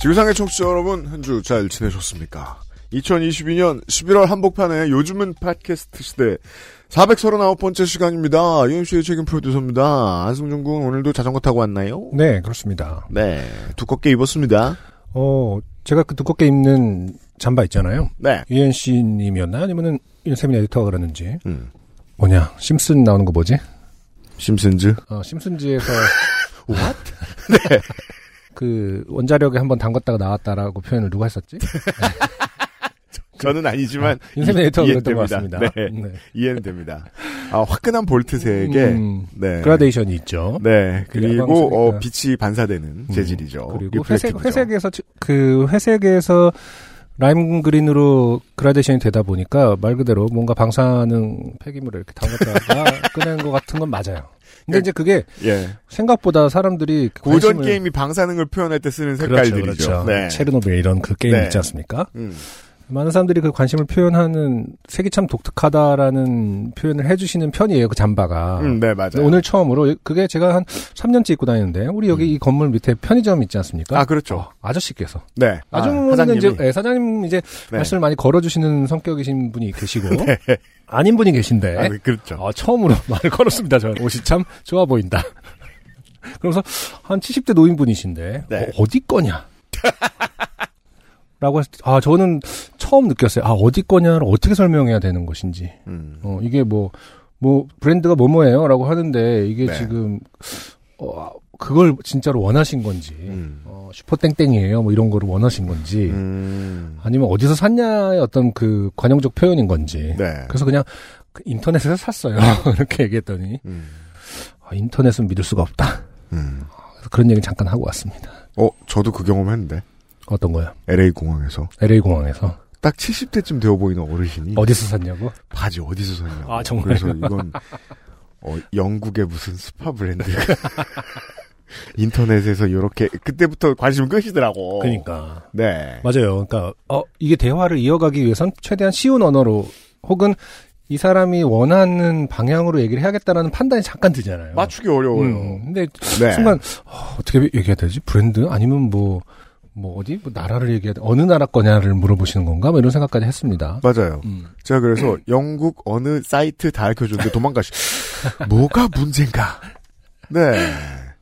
지구상의 청취자 여러분, 한 주 잘 지내셨습니까? 2022년 11월 한복판에 요즘은 팟캐스트 시대 439번째 시간입니다. UMC의 책임 프로듀서입니다. 안승준 군 오늘도 자전거 타고 왔나요? 네, 그렇습니다. 네, 두껍게 입었습니다. 어, 제가 그 두껍게 입는 잠바 있잖아요. 네. 유엔씨님이었나? 아니면은 윤세민 에디터가 그러는지. 음. 뭐냐, 심슨 나오는 거 뭐지? 심슨즈. 어, 심슨즈에서 네. What? 그 원자력에 한번 담갔다가 나왔다라고 표현을 누가 했었지? 어, 저는 아니지만 윤세민 이- 에디터가 이해는 그랬던 것 됩니다. 같습니다. 네, 이해는 됩니다. 아, 화끈한 볼트색에 음, 네. 그라데이션이 있죠. 네. 그리고 야광색이니까. 음. 어, 빛이 반사되는 그러니까. 재질이죠. 그리고 회색, 리플렉팅이죠. 회색에서, 치- 그 회색에서 라임 그린으로 그라데이션이 되다 보니까 말 그대로 뭔가 방사능 폐기물을 이렇게 담갔다가 꺼낸 것 같은 건 맞아요. 근데 이제 그게 예. 생각보다 사람들이 고전 관심을- 게임이 방사능을 표현할 때 쓰는 그렇죠, 색깔들이죠. 그렇죠. 네. 체르노빌 이런 그 게임 네. 있지 않습니까? 음. 많은 사람들이 그 관심을 표현하는 색이 참 독특하다라는 표현을 해주시는 편이에요. 그 잠바가. 음, 네, 맞아요. 근데 오늘 처음으로 그게 제가 한 3년째 입고 다니는데 우리 여기 이 건물 밑에 편의점 있지 않습니까? 음. 아, 그렇죠. 아저씨께서 네. 아, 아주머니는 사장님이. 이제 예, 사장님 이제 네. 말씀을 많이 걸어주시는 성격이신 분이 계시고 아닌 분이 계신데 아, 네, 그렇죠. 아, 처음으로 말을 걸었습니다. 저 옷이 참 좋아 보인다. 그러면서 한 70대 노인분이신데 네. 어, 디 거냐? 라고 했을 때, 아 저는 처음 느꼈어요. 아 어디 거냐를 어떻게 설명해야 되는 것인지. 음. 어, 이게 뭐, 뭐, 브랜드가 뭐뭐예요? 라고 하는데, 이게 네. 지금, 어, 그걸 진짜로 원하신 건지, 음. 어, 슈퍼땡땡이에요? 뭐 이런 거를 원하신 건지, 음. 예. 아니면 어디서 샀냐의 어떤 그 관용적 표현인 건지. 네. 예. 그래서 그냥 그 인터넷에서 샀어요. 이렇게 얘기했더니, 음. 아, 인터넷은 믿을 수가 없다. 음. 그래서 그런 얘기 잠깐 하고 왔습니다. 어, 저도 그 경험 했는데. 어떤 거요? LA 공항에서 LA공항에서. 딱 70대쯤 되어 보이는 어르신이 어디서 샀냐고? 바지 어디서 샀냐. 아, 정말요? 그래서 이건 어, 영국의 무슨 스파 브랜드. 인터넷에서 이렇게 그때부터 관심 끄시더라고. 그니까. 네. 그러니까. 맞아요. 그러니까 어, 이게 대화를 이어가기 위해선 최대한 쉬운 언어로 혹은 이 사람이 원하는 방향으로 얘기를 해야겠다라는 판단이 잠깐 드잖아요. 맞추기 어려워요. 음, 근데 네. 순간 어, 떻게 얘기해야 되지? 브랜드 아니면 뭐. 뭐 어디 뭐 나라를 얘기해야 돼. 어느 나라 거냐를 물어보시는 건가? 뭐 이런 생각까지 했습니다. 맞아요. 음. 제가 그래서 영국 어느 사이트 다 알려줬는데 도망가시. 뭐가 문제인가? 네.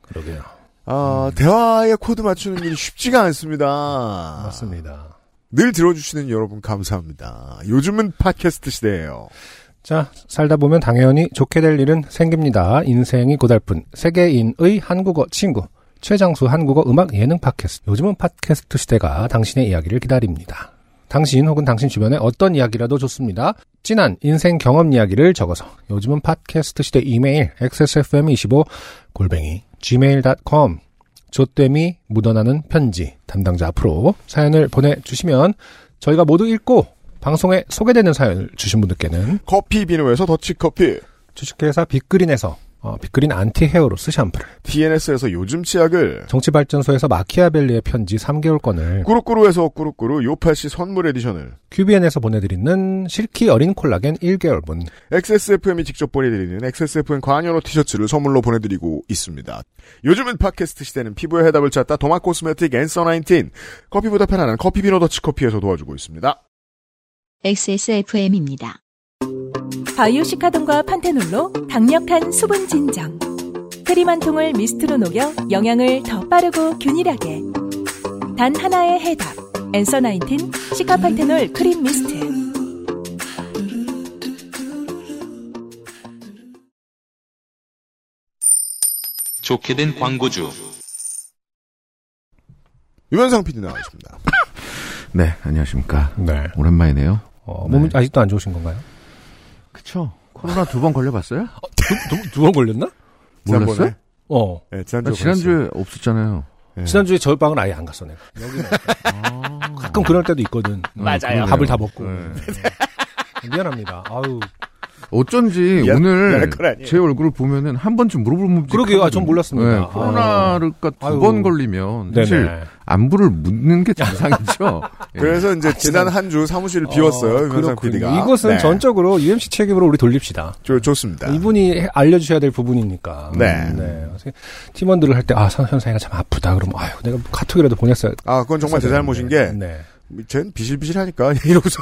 그러게요. 아, 대화의 코드 맞추는 일이 쉽지가 않습니다. 맞습니다. 늘 들어주시는 여러분 감사합니다. 요즘은 팟캐스트 시대예요. 자, 살다 보면 당연히 좋게 될 일은 생깁니다. 인생이 고달픈 세계인의 한국어 친구. 최장수 한국어 음악 예능 팟캐스트. 요즘은 팟캐스트 시대가 당신의 이야기를 기다립니다. 당신 혹은 당신 주변의 어떤 이야기라도 좋습니다. 진한 인생 경험 이야기를 적어서 요즘은 팟캐스트 시대 이메일 xsfm25 골뱅이 gmail.com 조땜이 묻어나는 편지 담당자 앞으로 사연을 보내주시면 저희가 모두 읽고 방송에 소개되는 사연을 주신 분들께는 커피 비누에서 더치커피, 주식회사 빅그린에서 어, 빅그린 안티 헤어로스 샴푸를 DNS에서 요즘 치약을, 정치발전소에서 마키아벨리의 편지 네. 3개월권을 꾸루꾸루에서 꾸루꾸루 요파시 선물 에디션을, QBN에서 보내드리는 실키 어린 콜라겐 1개월분 XSFM이 직접 보내드리는 XSFM 관여로 티셔츠를 선물로 보내드리고 있습니다. 요즘은 팟캐스트 시대는 피부의 해답을 찾다 도마 코스메틱 앤서 19, 커피보다 편안한 커피 비누 더치커피에서 도와주고 있습니다. XSFM입니다. 바이오시카돈과 판테놀로 강력한 수분 진정. 크림 한 통을 미스트로 녹여 영양을 더 빠르고 균일하게. 단 하나의 해답. 엔서 나인틴 시카판테놀 크림 미스트. 좋게 된 광고주. 유면상 PD 나와있습니다. 네, 안녕하십니까. 네. 오랜만이네요. 어, 몸이 네. 아직도 안 좋으신 건가요? 그쵸. 코로나 두 번 걸려봤어요? 두 번 걸렸나? 몰랐어요? 아, 지난번에? 어. 네, 나 지난주에 지난주에 없었잖아요. 예. 지난주에 절방은 아예 안 갔어, 내가. 네. 여기는. 음. 가끔 그럴 때도 있거든. 맞아요. 밥을 다 먹고. 예. 미안합니다. 아유. 네. 어쩐지 미안- 미안할 오늘 건 아니에요. 제 얼굴을 보면은 한 번쯤 물어볼 지 그러게요. 아, 전 몰랐습니다. 아. 코로나가 아유. 두 번 걸리면 사실 네네. 안부를 묻는 게 정상이죠. 예. 그래서 이제 지난 한 주 사무실을 비웠어요. 윤상 아, 그렇군요. 네. PD가. 네, 이것은 전적으로 UMC 책임으로 우리 돌립시다. 좋, 좋습니다. 이분이 해- 알려주셔야 될 부분이니까. 네. 그래서 팀원들을 할 때, 아, 선- 현상이가 참 아프다. 그러면, 아유, 내가 카톡이라도 보냈어야. 아, 그건 정말 제 잘못인 게, 네. 쟨 비실비실하니까, 이러고서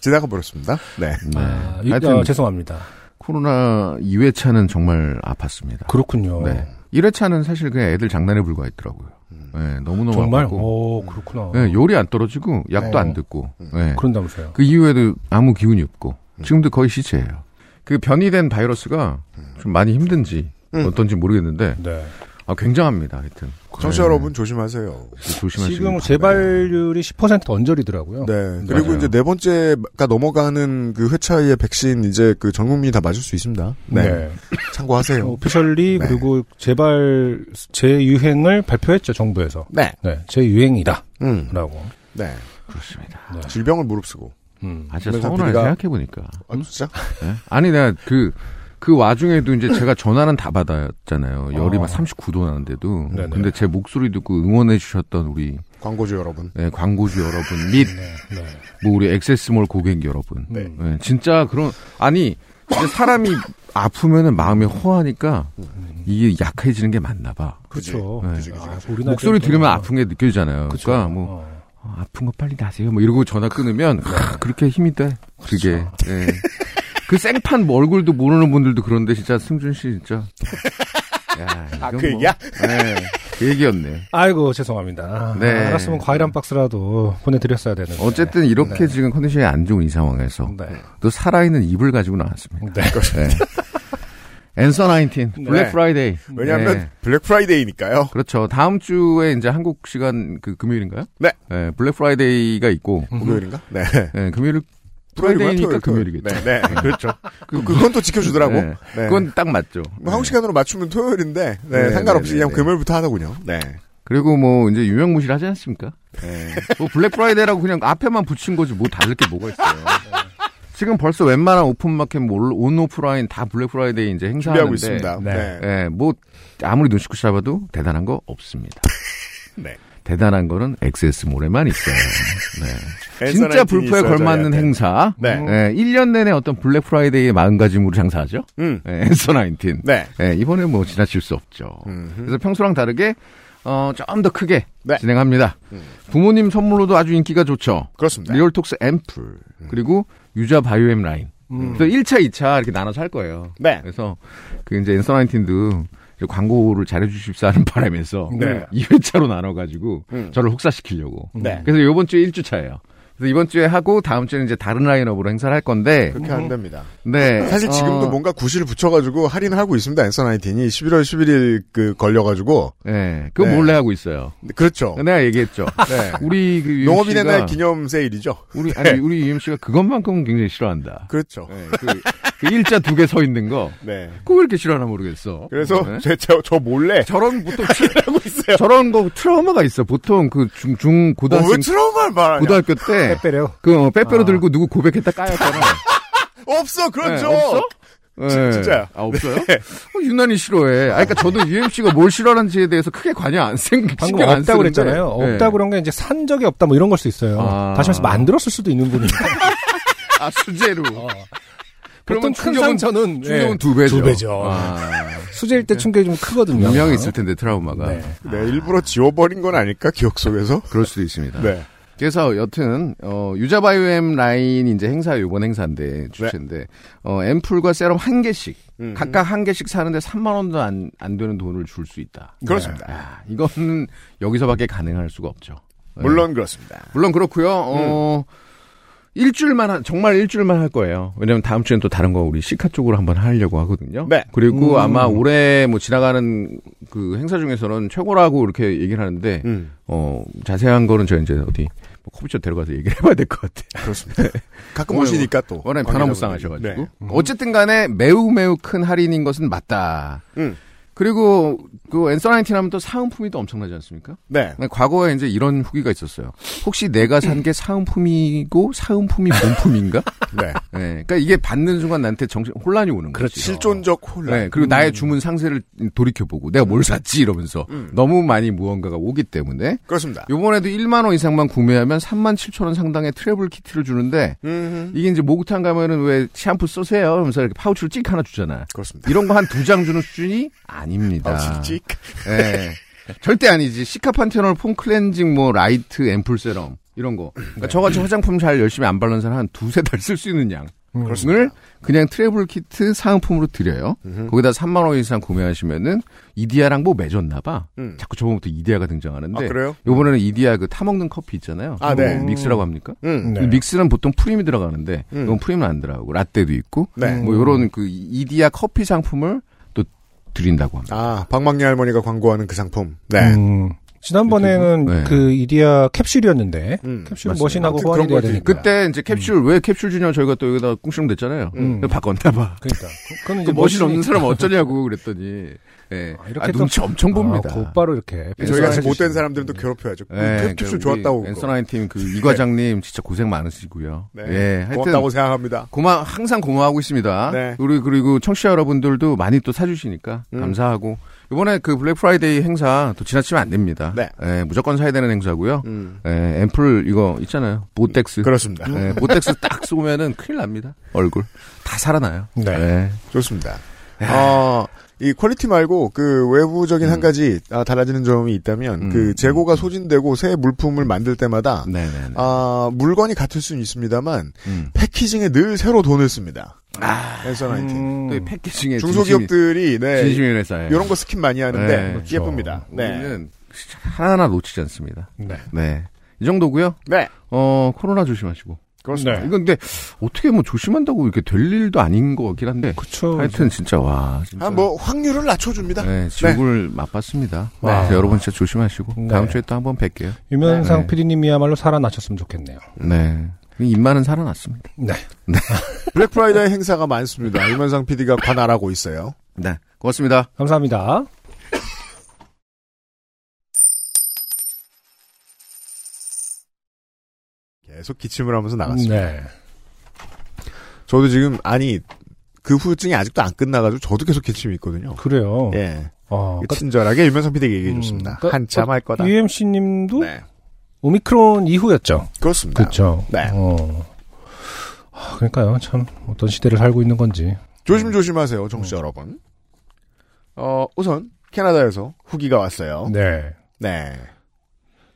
지나가 버렸습니다. 네. 네. 아, 이- 하여튼 아, 죄송합니다. 코로나 2회차는 정말 아팠습니다. 그렇군요. 네. 1회차는 사실 그냥 애들 장난에 불과했더라고요. 네, 너무너무 음. 정말? 어. 아팠고. 오, 그렇구나. 네, 요리 안 떨어지고 약도 안 듣고. 음. 네. 그런다면서요. 그 이후에도 아무 기운이 없고 지금도 거의 시체예요. 그 변이된 바이러스가 좀 많이 힘든지 어떤지 모르겠는데 네. 아, 굉장합니다. 하여튼 청취자 여러분 조심하세요. 조심하시고 지금 재발률이 10% 언저리더라고요. 네. 그리고 어. 맞아요. 이제 네 번째가 넘어가는 그 회차의 백신 이제 그 전 국민이 다 맞을 수 있습니다. 네. 어. 참고하세요. 오피셜리 네. 그리고 재발 재유행을 발표했죠 정부에서. 네. 네, 재유행이다라고. 음. 네. 그렇습니다. 질병을 무릅쓰고. 음. 아 진짜 그래서 서운하네 우리가- 생각해 보니까. 아, 진짜? 아니 내가 그. 그 와중에도 이제 제가 전화는 다 받았잖아요. 열이 아. 막 39도 나는데도. 네네. 근데 제 목소리 듣고 응원해 주셨던 우리 광고주 여러분. 네, 광고주 여러분 및 네. 뭐 우리 액세스몰 고객 여러분. 네. 네, 진짜 그런 아니 진짜 사람이 아프면은 마음이 허하니까 이게 약해지는 게 맞나 봐. 그렇죠. 네. 그지, 그지, 아, 그지. 우리나라 때문에 목소리 들으면 그런 아픈 게 느껴지잖아요. 거. 그쵸. 그러니까 뭐 어. 어, 아픈 거 빨리 나세요. 뭐 이러고 전화 끊으면 크, 그렇게 힘이 돼. 그게. 예. 그 생판 뭐 얼굴도 모르는 분들도 그런데 진짜 승준 씨 진짜. 야, 이건 아, 그 뭐- 얘기야? 예, 그 얘기였네. 아이고 죄송합니다. 네. 아, 알았으면 과일 한 박스라도 보내드렸어야 되는데. 어쨌든 이렇게 지금 컨디션이 안 좋은 이 상황에서 네. 또 살아있는 입을 가지고 나왔습니다. 네. 네. 엔서 19 블랙 네. 프라이데이. 왜냐하면 네. 블랙 프라이데이니까요. 그렇죠. 다음 주에 이제 한국 시간 그 금요일인가요? 네. 네, 블랙 프라이데이가 있고 목요일인가? 네. 네, 금요일 토요일이구나, 음. 토요일, 프라이데이니까 토요일. 금요일이겠죠. 네, 네. 그렇죠. 그, 그건 또 지켜주더라고. 네. 그건 딱 맞죠. 뭐 한국 시간으로 맞추면 토요일인데 네, 네, 상관없이 네, 네, 그냥 네. 금요일부터 하더군요. 네. 그리고 뭐 이제 유명무실하지 않습니까? 네. 뭐 블랙 프라이데이라고 그냥 앞에만 붙인 거지 뭐 다를 게 뭐가 있어요. 지금 벌써 웬만한 오픈마켓 뭐 올- 온 오프라인 다 블랙 프라이데이 이제 준비하고 행사하는데 있습니다. 네. 네. 네. 예, 뭐 아무리 눈치고 잡아도 대단한 거 없습니다. 네. 대단한 거는 XS몰에만 있어요. 네. 진짜 엔서나이틴이 불포에 있어요, 걸맞는 저희한테. 행사. 네. 예, 1년 내내 어떤 블랙 프라이데이의 마음가짐으로 장사하죠. 음. 예, 엔서 19. 네. 예, 이번에 뭐 지나칠 수 없죠. 그래서 평소랑 다르게 어, 좀 더 크게 네. 진행합니다. 부모님 선물로도 아주 인기가 좋죠. 그렇습니다. 리얼톡스 앰플 음. 그리고 유자 바이오엠 라인. 그래서 1차, 2차 이렇게 나눠서 할 거예요. 네. 그래서 그 이제 엔서 19도 이제 광고를 잘해주십사 하는 바람에서 네. 음. 2회차로 나눠가지고 저를 혹사시키려고. 네. 그래서 이번 주에 1주차예요. 그래서 이번 주에 하고 다음 주에는 이제 다른 라인업으로 행사를 할 건데. 그렇게 안 됩니다. 네. 사실 지금도 뭐 어, 뭔가 구실을 붙여가지고 할인을 하고 있습니다. 엔서나이틴이 11월 11일 그 걸려가지고 네. 그거 네. 몰래 하고 있어요. 네, 그렇죠. 내가 얘기했죠. 네. 우리 그 UMC 가- 농업인의 날 기념 네. 세일이죠. 우리 아니 우리 UMC가 그것만큼은 굉장히 싫어한다. 그렇죠. 네, 그, 그 일자 두 개 서 있는 거. 네. 그거 왜 이렇게 싫어하나 모르겠어. 그래서 네. 제, 저, 저 몰래 저런 보통 하고 있어요. 저런 거 트라우마가 있어. 보통 그 중, 중, 어, 왜 고등학생, 트라우마를 말하냐? 고등학교 때, 빼빼려. 그, 어, 아. 빼빼로 들고 누구 고백했다 까였잖아. 없어, 그렇죠. 그런 적. 네, 없어? 진- 예. 진짜야. 아, 없어요? 네. 어, 유난히 싫어해. 아, 그러니까 저도 UMC가 뭘 싫어하는지에 대해서 크게 관여 안 생, 방금 신경 안 없다고 쓰는데. 그랬잖아요. 예. 없다 그런 게 이제 산 적이 없다 뭐 이런 걸 수 있어요. 아. 다시 말해서 만들었을 수도 있는 분이. 아, 수제로. 어. 보통 큰 상처는 충격은 예, 두 배죠. 두 배죠. 아, 수제일 때 충격이 좀 크거든요. 분명히 있을 텐데, 트라우마가. 네. 네, 일부러 지워버린 건 아닐까, 기억 속에서? 그럴 수도 있습니다. 네. 그래서 여튼 어, 유자바이오엠 라인 이제 행사 요번 네. 행사인데 주체인데 어, 앰플과 세럼 한 개씩 음. 각각 한 개씩 사는데 3만 원도 안, 안 되는 돈을 줄 수 있다. 그렇습니다. 아. 아, 이거는 여기서밖에 가능할 수가 없죠. 네. 물론 그렇습니다. 물론 그렇고요. 어, 일주일만 한- 정말 일주일만 할 거예요. 왜냐면 다음 주엔 또 다른 거 우리 시카 쪽으로 한번 하려고 하거든요. 네. 그리고 아마 올해 뭐 지나가는 그 행사 중에서는 최고라고 이렇게 얘기를 하는데 음, 어, 자세한 거는 저 이제 어디 뭐 커피숍 데려가서 얘기를 해봐야 될 것 같아요. 그렇습니다. 가끔 네. 오늘 오시니까 또. 워낙 변화무쌍 하셔가지고. 음. 네. 어쨌든 간에 매우 매우 큰 할인인 것은 맞다. 음. 그리고 그 엔서나인틴 하면 또 사은품이 또 엄청나지 않습니까? 네. 근데 과거에 이제 이런 후기가 있었어요. 혹시 내가 산 게 사은품이고 사은품이 본품인가? 네. 네. 그러니까 이게 받는 순간 나한테 정신 혼란이 오는 거죠. 실존적 혼란. 그렇죠. 네, 그리고 나의 주문 상세를 돌이켜보고 내가 뭘 샀지 이러면서 너무 많이 무언가가 오기 때문에 그렇습니다. 요번에도 1만 원 이상만 구매하면 3만 7천 원 상당의 트래블 키트를 주는데 음, 이게 이제 목욕탕 가면은 왜 샴푸 쓰세요? 이러면서 이렇게 파우치를 찍 하나 주잖아. 그렇습니다. 이런 거 한 두 장 주는 수준이 아닙니다. 아, 찍. 예. 절대 아니지. 시카판테놀 폼 클렌징 뭐 라이트 앰플 세럼 이런 거. 네. 그러니까 저같이 화장품 잘 열심히 안 바르는 사람 한 두세 달 쓸 수 있는 양. 을 그냥 트래블 키트 사은품으로 드려요. 거기다 3만 원 이상 구매하시면은 이디아랑 뭐 맺었나 봐. 음. 자꾸 저번부터 이디아가 등장하는데 아, 그래요? 요번에는 이디아 그 타먹는 커피 있잖아요. 아, 네. 뭐 믹스라고 합니까? 그 음. 네. 믹스는 보통 프림이 들어가는데 음. 이건 프림은 안 들어가고 라떼도 있고 네. 뭐 요런 그 이디아 커피 상품을 또 드린다고 합니다. 아, 방망이 할머니가 광고하는 그 상품. 네. 음, 지난번에는 유튜브? 네. 그 이디야 캡슐이었는데 음, 캡슐 맞습니다. 머신하고 아무튼 호환이 그런 돼야 거지. 되니까. 그때 이제 캡슐 왜 캡슐 주냐 저희가 또 여기다 꿍시렁 댔잖아요. 음. 그래서 바꿨나 봐. 그러니까 그- 그건 그 이제 머신 없는 사람 어쩌냐고 그랬더니 예. 아, 이렇게 아, 또- 눈치 엄청 봅니다. 네, 예, 아, 곧바로 이렇게 저희가 뺏어가지고. 지금 못된 사람들은 또 괴롭혀야죠. 그 캡슐 좋았다고. 그거. 엔서나인 팀그 이과장님 진짜 고생 많으시고요. 네. 예, 하여튼 고맙다고 생각합니다. 고마 항상 고마워하고 있습니다. 네. 우리 그리고 청취자 여러분들도 많이 또 사주시니까 음. 감사하고 이번에 그 블랙 프라이데이 행사 또 지나치면 안 됩니다. 네. 예, 무조건 사야 되는 행사고요. 음. 예, 앰플 이거 있잖아요. 보텍스. 그렇습니다. 예, 보텍스 딱 쏘면은 큰일 납니다. 얼굴 다 살아나요. 네. 예. 좋습니다. 아. 어, 이 퀄리티 말고 그 외부적인 한 가지 아, 달라지는 점이 있다면 음. 그 재고가 소진되고 새 물품을 만들 때마다 네, 네, 네. 아, 물건이 같을 수는 있습니다만 음. 패키징에 늘 새로 돈을 씁니다. 엔서나이팅. 음, 또 이 패키징에 중소기업들이 네 아, 진심이, 진심인 회사예요. 이런 거 스킨 많이 하는데 네, 그렇죠. 예쁩니다. 네. 우리는 하나하나 놓치지 않습니다. 네. 네. 이 정도고요. 네. 어, 코로나 조심하시고. 네. 그렇습니다. 이건 근데 어떻게 뭐 조심한다고 이렇게 될 일도 아닌 것 같긴 한데. 그쵸. 하여튼 진짜 와. 진짜. 한 뭐 확률을 낮춰 줍니다. 네, 지옥을 맛봤습니다. 와. 그래서 여러분 진짜 조심하시고 네. 다음 주에 또 한번 뵐게요. 유면상 네. PD님이야말로 살아나셨으면 좋겠네요. 네. 입만은 살아났습니다. 네. 블랙 프라이데이 행사가 많습니다. 이만상 PD가 관할하고 있어요. 네. 고맙습니다. 감사합니다. 계속 기침을 하면서 나갔습니다. 네. 저도 지금 아니 그 후유증이 아직도 안 끝나가지고 저도 계속 기침이 있거든요. 그래요. 예, 어, 그 친절하게 유명상 PD에게 얘기해 음, 줬습니다. 그러니까 한참 할 거다. UMC님도 네, 오미크론 이후였죠. 그렇습니다. 그렇죠. 네. 어. 아, 그러니까요. 참 어떤 시대를 살고 있는 건지. 조심조심하세요, 음. 정씨 여러분. 어, 우선 캐나다에서 후기가 왔어요. 네. 네,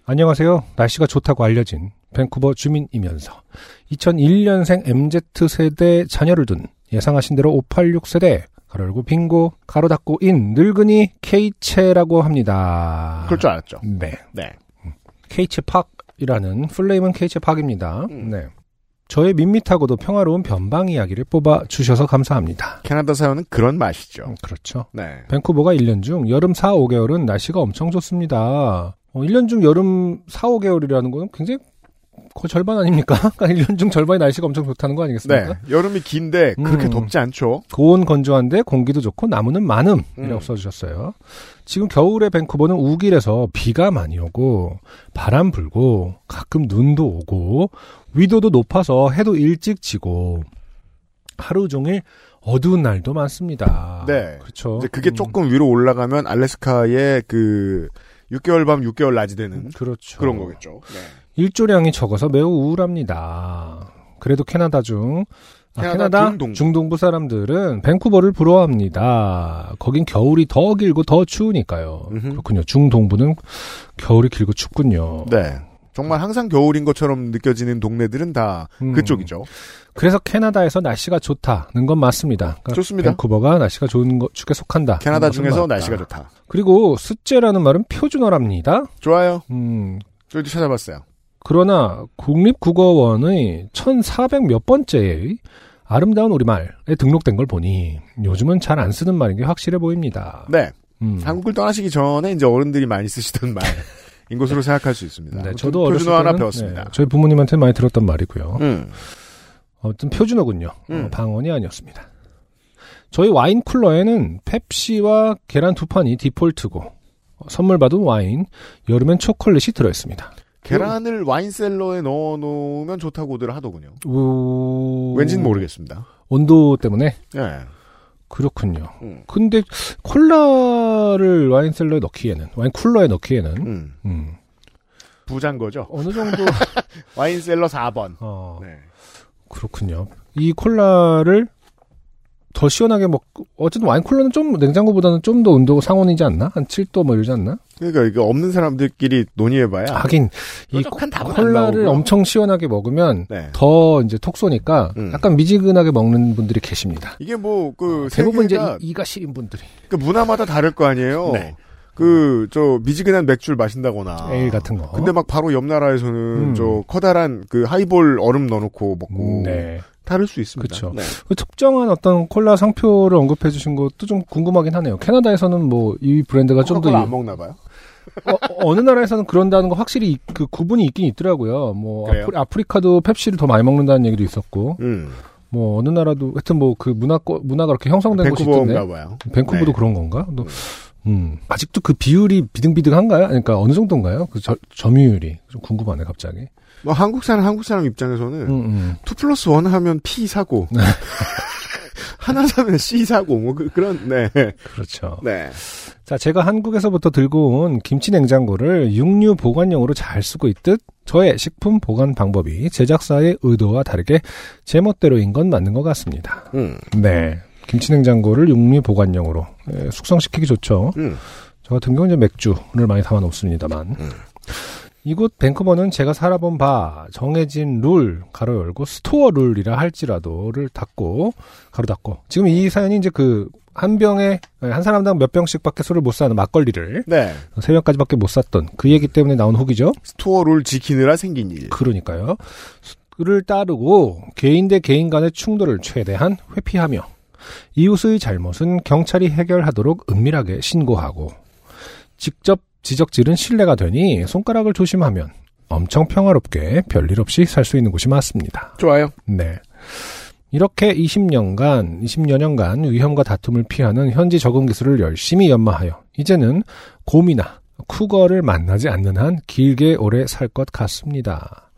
안녕하세요. 날씨가 좋다고 알려진 밴쿠버 주민이면서 2001년생 MZ 세대 자녀를 둔 예상하신 대로 586 세대 가로 열고 빙고 가로 닫고 인 늙은이 케이체라고 합니다. 그럴 줄 알았죠. 네. 네, 케이체 팍이라는 플레임은 케이체 팍입니다. 네. 저의 밋밋하고도 평화로운 변방 이야기를 뽑아 주셔서 감사합니다. 캐나다 사연은 그런 맛이죠. 음, 그렇죠. 네, 밴쿠버가 1년 중 여름 4, 5개월은 날씨가 엄청 좋습니다. 어, 1년 중 여름 4, 5개월이라는 거는 굉장히 거 절반 아닙니까? 그러니까 1년 중 절반의 날씨가 엄청 좋다는 거 네, 아니겠습니까? 여름이 긴데 그렇게 음. 덥지 않죠. 고온 건조한데 공기도 좋고 나무는 많음 음. 이라고 써주셨어요. 지금 겨울에 밴쿠버는 우길에서 비가 많이 오고 바람 불고 가끔 눈도 오고 위도도 높아서 해도 일찍 지고 하루 종일 어두운 날도 많습니다. 네. 그렇죠. 이제 그게 음, 조금 위로 올라가면 알래스카의 그 6개월 밤 6개월 낮이 되는 그렇죠. 네. 그런 거겠죠. 일조량이 적어서 매우 우울합니다. 그래도 캐나다 중 아, 캐나다 캐나다 중동부. 중동부. 부 사람들은 밴쿠버를 부러워합니다. 거긴 겨울이 더 길고 더 추우니까요. 음흠. 그렇군요. 중동부는 겨울이 길고 춥군요. 네. 정말 항상 겨울인 것처럼 느껴지는 동네들은 다 음. 그쪽이죠. 그래서 캐나다에서 날씨가 좋다는 건 맞습니다. 그러니까 좋습니다. 밴쿠버가 날씨가 좋은 거 축에 속한다. 캐나다 중에서 맞다. 날씨가 좋다. 그리고 숫제라는 말은 표준어랍니다. 좋아요. 음, 저희도 찾아봤어요. 그러나 국립국어원의 1400 몇 번째의 아름다운 우리말에 등록된 걸 보니 요즘은 잘 안 쓰는 말인 게 확실해 보입니다. 네. 음. 한국을 떠나시기 전에 이제 어른들이 많이 쓰시던 말인 것으로 생각할 수 있습니다. 네, 아무튼 저도 어렸을 표준어 하나 때는, 배웠습니다. 네, 저희 부모님한테 많이 들었던 말이고요. 음. 아무튼 표준어군요. 음. 어, 방언이 아니었습니다. 저희 와인 쿨러에는 펩시와 계란 두 판이 디폴트고 어, 선물 받은 와인, 여름엔 초콜릿이 들어있습니다. 계란을 와인셀러에 넣어놓으면 좋다고들 하더군요. 오... 왠지는 모르겠습니다. 온도 때문에 예. 그렇군요. 음. 근데 콜라를 와인셀러에 넣기에는 와인 쿨러에 넣기에는 음. 음, 부잔 거죠. 어느 정도 와인셀러 4번. 어, 네. 그렇군요. 이 콜라를 더 시원하게 먹 어쨌든 와인 쿨러는 좀 냉장고보다는 좀 더 온도 상온이지 않나? 한 7도 뭐 이러지 않나? 그러니까 이게 없는 사람들끼리 논의해봐야. 하긴 이 뾰족한 답은 안 콜라를 나오고요. 엄청 시원하게 먹으면 네. 더 이제 톡 쏘니까 음. 약간 미지근하게 먹는 분들이 계십니다. 이게 뭐그 어, 대부분 이제 세계가 이- 이가 시린 분들이 그 문화마다 다를 거 아니에요. 네. 그 저 미지근한 맥주를 마신다거나 에일 같은 거. 아. 근데 막 바로 옆 나라에서는 음. 저 커다란 그 하이볼 얼음 넣어놓고 먹고 음, 네. 다를 수 있습니다. 그쵸. 네. 그 특정한 어떤 콜라 상표를 언급해 주신 것도 좀 궁금하긴 하네요. 캐나다에서는 뭐 이 브랜드가 좀 더 코카콜라 안 먹나 봐요. 어, 느 나라에서는 그런다는 거 확실히 이- 그 구분이 있긴 있더라고요. 뭐 그래요? 아프리, 카도 펩시를 더 많이 먹는다는 얘기도 있었고 음. 뭐 어느 나라도 하여튼 뭐 그 문화 거- 문화가 그렇게 형성된 곳이 있던데. 밴쿠버인가 봐요. 밴쿠버도 네. 그런 건가? 또, 음. 아직도 그 비율이 비등비등한가요? 아니, 그러니까 어느 정도인가요? 그 저- 점유율이 좀 궁금하네 갑자기. 뭐 한국 사람 한국 사람 입장에서는 음, 네. 음. 2 플러스 1 하면 P 사고 하나 사면 C 사고 뭐 그, 런 네. 그렇죠. 네. 자, 제가 한국에서부터 들고 온 김치 냉장고를 육류 보관용으로 잘 쓰고 있듯 저의 식품 보관 방법이 제작사의 의도와 다르게 제멋대로인 건 맞는 것 같습니다. 음. 네. 김치 냉장고를 육류 보관용으로 예, 숙성시키기 좋죠. 음. 저 같은 경우는 이제 맥주를 많이 담아 놓습니다만. 이곳 밴쿠버는 제가 살아본 바 정해진 룰 가로 열고 스토어 룰이라 할지라도를 닫고 가로 닫고 지금 이 사연이 이제 그 한 병에 한 사람당 몇 병씩밖에 술을 못 사는 막걸리를 네. 세 병까지밖에 못 샀던 그 얘기 때문에 나온 후기죠. 스토어를 지키느라 생긴 일. 그러니까요. 를 따르고 개인 대 개인 간의 충돌을 최대한 회피하며 이웃의 잘못은 경찰이 해결하도록 은밀하게 신고하고 직접 지적질은 신뢰가 되니 손가락을 조심하면 엄청 평화롭게 별일 없이 살 수 있는 곳이 맞습니다. 좋아요. 네. 이렇게 20년간, 20여년간 위험과 다툼을 피하는 현지 적응 기술을 열심히 연마하여 이제는 곰이나 쿠거를 만나지 않는 한 길게 오래 살 것 같습니다.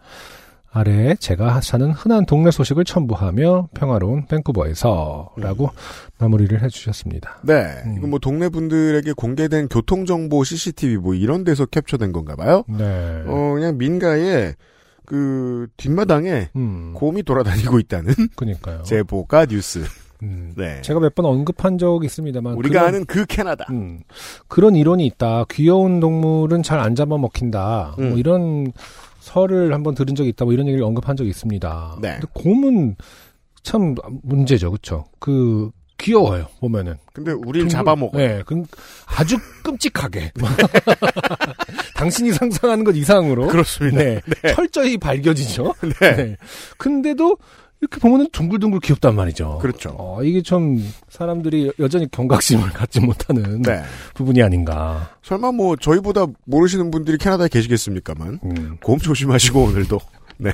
아래에 제가 사는 흔한 동네 소식을 첨부하며 평화로운 밴쿠버에서 라고 마무리를 해주셨습니다. 네. 음. 이거 뭐 동네 분들에게 공개된 교통정보 CCTV 뭐 이런 데서 캡처된 건가 봐요. 네. 어, 그냥 민가에 그 뒷마당에 음, 어, 곰이 돌아다니고 있다는 그니까요. 제보가 뉴스. 음, 네. 어. 제가 몇 번 언급한 적이 있습니다만. 우리가 그건- 아는 그 캐나다. 음, 그런 이론이 있다. 귀여운 동물은 잘 안 잡아먹힌다. 음. 뭐 이런 설을 한번 들은 적이 있다. 뭐 이런 얘기를 언급한 적이 있습니다. 네. 근데 곰은 참 문제죠, 그렇죠? 그 귀여워요 보면은. 근데 우리를 잡아먹어. 네, 그 아주 끔찍하게. 당신이 상상하는 것 이상으로. 그렇습니다. 네, 철저히 발견이죠. 네. 근데도 이렇게 보면은 둥글둥글 귀엽단 말이죠. 그렇죠. 어, 이게 참 사람들이 여전히 경각심을 갖지 못하는 네. 부분이 아닌가. 설마 뭐 저희보다 모르시는 분들이 캐나다에 계시겠습니까만. 곰 조심하시고 오늘도. 네.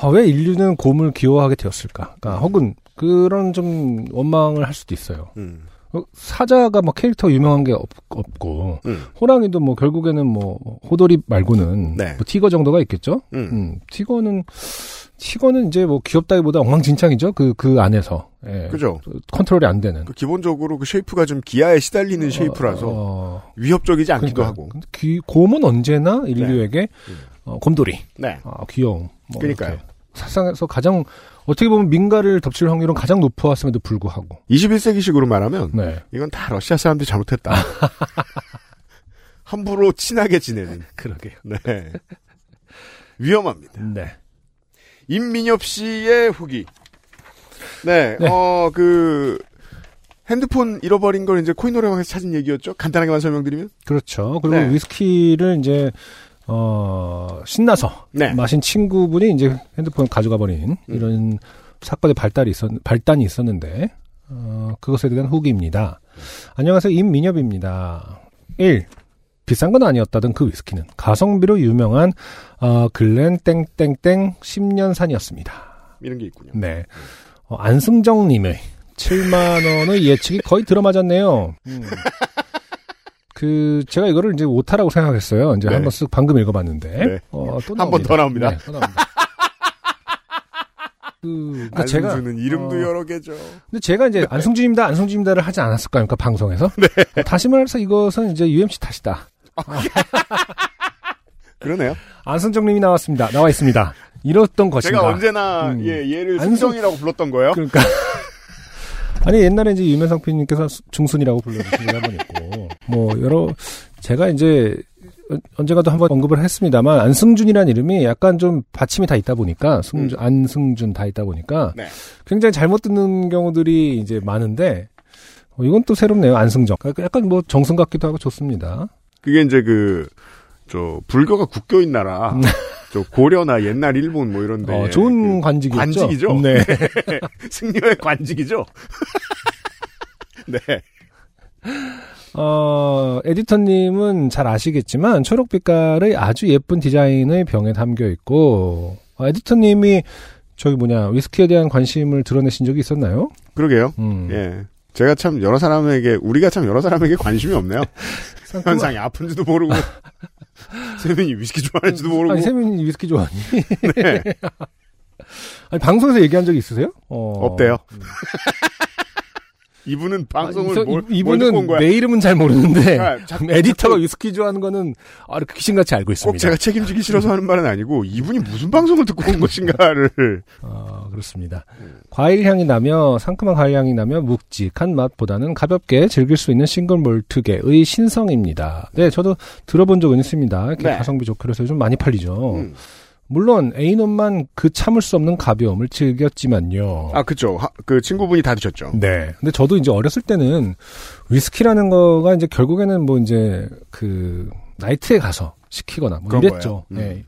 아, 왜 인류는 곰을 귀여워하게 되었을까? 그러니까 혹은 그런 좀 원망을 할 수도 있어요. 음. 어, 사자가 뭐 캐릭터 유명한 게 없, 고 음. 호랑이도 뭐 결국에는 뭐 호돌이 말고는 네. 뭐 티거 정도가 있겠죠. 음. 음, 티거는 티거는 이제 뭐 귀엽다기보다 엉망진창이죠. 그 그 안에서 예, 그죠? 컨트롤이 안 되는. 그 기본적으로 그 쉐이프가 좀 기아에 시달리는 쉐이프라서 어, 위협적이지 않기도 그러니까. 하고. 근데 귀- 곰은 언제나 인류에게 어, 곰돌이, 네. 아, 귀여움. 뭐 그러니까요. 이렇게. 사상에서 가장 어떻게 보면 민가를 덮칠 확률은 가장 높았음에도 불구하고. 21세기식으로 말하면 네. 이건 다 러시아 사람들이 잘못했다. 함부로 친하게 지내는. 그러게요. 네. 위험합니다. 네. 임민엽 씨의 후기. 네, 네. 어, 그, 핸드폰 잃어버린 걸 이제 코인 노래방에서 찾은 얘기였죠? 간단하게만 설명드리면? 그렇죠. 그리고 네. 위스키를 이제 어, 신나서 네. 음. 마신 친구분이 이제 핸드폰 가져가 버린 이런 사건의 발달이 있었 발단이 있었는데 어, 그것에 대한 후기입니다. 안녕하세요. 임민엽입니다. 1. 비싼 건 아니었다던 그 위스키는 가성비로 유명한 어, 글렌 땡땡땡 10년산이었습니다. 이런 게 있군요. 네. 어, 안승정님의 7만원의 예측이 거의 들어맞았네요. 음. 그, 제가 이거를 이제 오타라고 생각했어요. 이제 네. 한번 쓱 방금 읽어봤는데. 네. 어, 또 한번더 나옵니다. 네, 또 나옵니다. 그, 그러니까 제가. 안승준은 이름도 어, 여러 개죠. 근데 제가 이제 안승준입니다, 안승준입니다를 하지 않았을까요? 그러니까 방송에서. 네. 어, 다시 말해서 이것은 이제 UMC 탓이다. 그러네요. 안선정님이 나왔습니다. 나와 있습니다. 이렇던 것인가. 제가 언제나 음. 예, 얘를 안승- 승정이라고 불렀던 거예요. 그러니까. 아니, 옛날에 이제 유명상 PD님께서 중순이라고 불러주신 분이 한번 있고, 뭐, 여러, 제가 이제, 언- 언젠가도 한번 언급을 했습니다만, 안승준이라는 이름이 약간 좀 받침이 다 있다 보니까, 승준, 안승준 다 있다 보니까, 네. 굉장히 잘못 듣는 경우들이 이제 많은데, 어, 이건 또 새롭네요, 안승정. 그러니까 약간 뭐 정승 같기도 하고 좋습니다. 그게 이제 그, 저, 불교가 국교인 나라. 음. 저, 고려나 옛날 일본 뭐 이런데. 어, 좋은 그 관직이죠. 관직이죠? 네. 승려의 관직이죠? 네. 어, 에디터님은 잘 아시겠지만 초록 빛깔의 아주 예쁜 디자인의 병에 담겨 있고 어, 에디터님이 저기 뭐냐 위스키에 대한 관심을 드러내신 적이 있었나요? 그러게요. 음. 예. 제가 참 여러 사람에게, 우리가 참 여러 사람에게 관심이 없네요. 그 현상이 아픈지도 모르고. 세민이 위스키 좋아하는지도 모르고. 아니 세민이 위스키 좋아하니? 네. 아니 방송에서 얘기한 적이 있으세요? 어. 없대요. 이분은 아, 방송을 이- 뭘, 이, 뭘 분은 듣고 온 거야? 내 이름은 잘 모르는데 아, 자- 에디터가 위스키 좋아하는 거는 아, 이렇게 귀신같이 알고 꼭 있습니다. 제가 책임지기 싫어서 하는 말은 아니고, 이분이 무슨 방송을 듣고 온 것인가를. 어, 그렇습니다. 과일 향이 나며 상큼한 과일 향이 나며 묵직한 맛보다는 가볍게 즐길 수 있는 싱글 몰트계의 신성입니다. 네, 저도 들어본 적은 있습니다. 이렇게 네. 가성비 좋게 해서 좀 많이 팔리죠. 음. 물론 A놈만 그 참을 수 없는 가벼움을 즐겼지만요. 아, 그쵸. 하- 그 친구분이 다 드셨죠. 네. 근데 저도 이제 어렸을 때는 위스키라는 거가 이제 결국에는 뭐 이제 그 나이트에 가서 시키거나 뭐 그런 이랬죠. 거예요. 음. 네.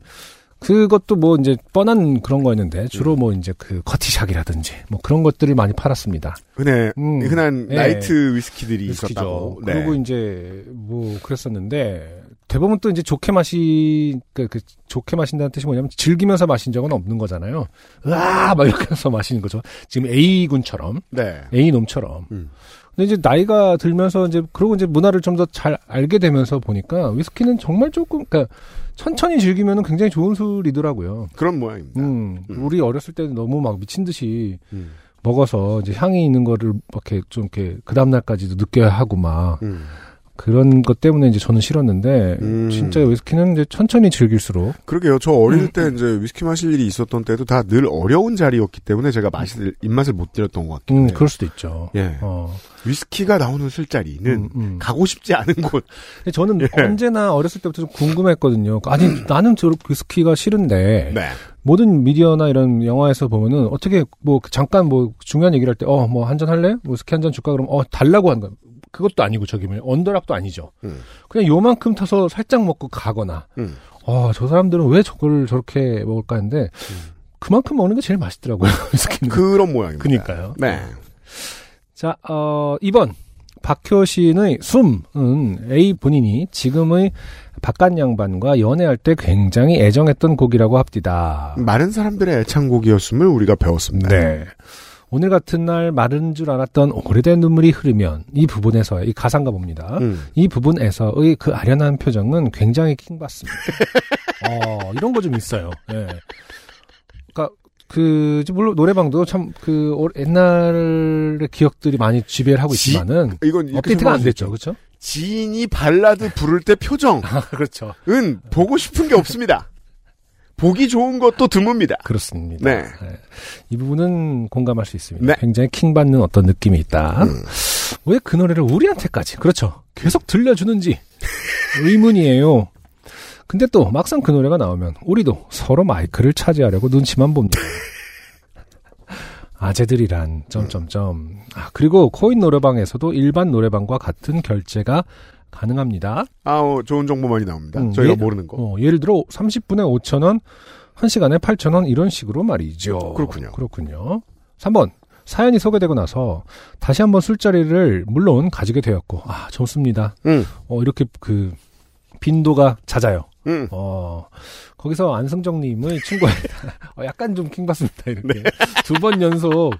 그것도 뭐 이제 뻔한 그런 거였는데 주로 뭐 이제 그 커티샥이라든지 뭐 그런 것들을 많이 팔았습니다. 흔해, 음. 흔한 예. 나이트 위스키들이 위스키죠. 있었다고. 네. 그리고 이제 뭐 그랬었는데 대부분 또 이제 좋게 마시 그, 그 좋게 마신다는 뜻이 뭐냐면 즐기면서 마신 적은 없는 거잖아요. 으아 막 이렇게 해서 마시는 거죠. 지금 A 군처럼 네. A 놈처럼. 음. 근데 이제 나이가 들면서 이제 그러고 이제 문화를 좀 더 잘 알게 되면서 보니까 위스키는 정말 조금 그러니까 천천히 즐기면은 굉장히 좋은 술이더라고요. 그런 모양입니다. 음, 음. 우리 어렸을 때는 너무 막 미친 듯이 음. 먹어서 이제 향이 있는 거를 막 이렇게 좀 이렇게 그 다음 날까지도 느껴야 하고 막 음. 그런 것 때문에 이제 저는 싫었는데 음. 진짜 위스키는 이제 천천히 즐길수록 그러게요. 저 음. 어릴 때 이제 위스키 마실 일이 있었던 때도 다 늘 어려운 자리였기 때문에 제가 맛을 입맛을 못 들였던 것 같긴 음, 해요. 그럴 수도 있죠. 네. 예. 어, 위스키가 나오는 술자리는 음, 음. 가고 싶지 않은 곳. 근데 저는 예. 언제나 어렸을 때부터 좀 궁금했거든요. 아니 나는 저 위스키가 싫은데 네. 모든 미디어나 이런 영화에서 보면은 어떻게 뭐 잠깐 뭐 중요한 얘기를 할 때 어 뭐 한잔 할래? 뭐 스키 한잔 줄까? 그럼 어 달라고 한 거야. 그것도 아니고 저기 뭐 언더락도 아니죠. 음. 그냥 요만큼 타서 살짝 먹고 가거나 음. 어 저 사람들은 왜 저걸 저렇게 먹을까 하는데 그만큼 먹는 게 제일 맛있더라고요. 스키는. 음. 그런 모양입니다. 음. 그니까요. 네. 자, 어, 2번. 박효신의 숨은 A 본인이 지금의 바깥 양반과 연애할 때 굉장히 애정했던 곡이라고 합디다. 많은 사람들의 애창곡이었음을 우리가 배웠습니다. 아. 네. 오늘 같은 날 마른 줄 알았던 오래된 눈물이 흐르면 이 부분에서 이 가상가 봅니다. 음. 이 부분에서의 그 아련한 표정은 굉장히 킹받습니다. 어, 이런 거 좀 있어요. 예. 그러니까 그 물론 노래방도 참 그 옛날의 기억들이 많이 지배를 하고 지- 있지만은 이건 이렇게 업데이트가 안 생각할 수 됐죠, 있죠. 그렇죠? 지인이 발라드 부를 때 표정은 그렇죠. 보고 싶은 게 없습니다. 보기 좋은 것도 드뭅니다. 그렇습니다. 네. 이 부분은 공감할 수 있습니다. 네. 음. 굉장히 킹받는 어떤 느낌이 있다. 왜 그 노래를 우리한테까지, 그렇죠. 계속 들려주는지 의문이에요. 근데 또 막상 그 노래가 나오면 우리도 서로 마이크를 차지하려고 눈치만 봅니다. 아재들이란 점점점. 아, 그리고 코인 노래방에서도 일반 노래방과 같은 결제가 가능합니다. 아, 어, 좋은 정보 많이 나옵니다. 음, 저희가 예. 모르는 거. 어, 예를 들어 30분에 5,000원, 1시간에 8,000원 이런 식으로 말이죠. 그렇군요. 그렇군요. 3번. 사연이 소개되고 나서 다시 한번 술자리를 물론 가지게 되었고 아, 좋습니다. 음. 어, 이렇게 그 빈도가 잦아요. 음. 어, 거기서 안승정 님의 네. 친구에 어, 약간 좀 킹받습니다. 이렇게 두 번 연속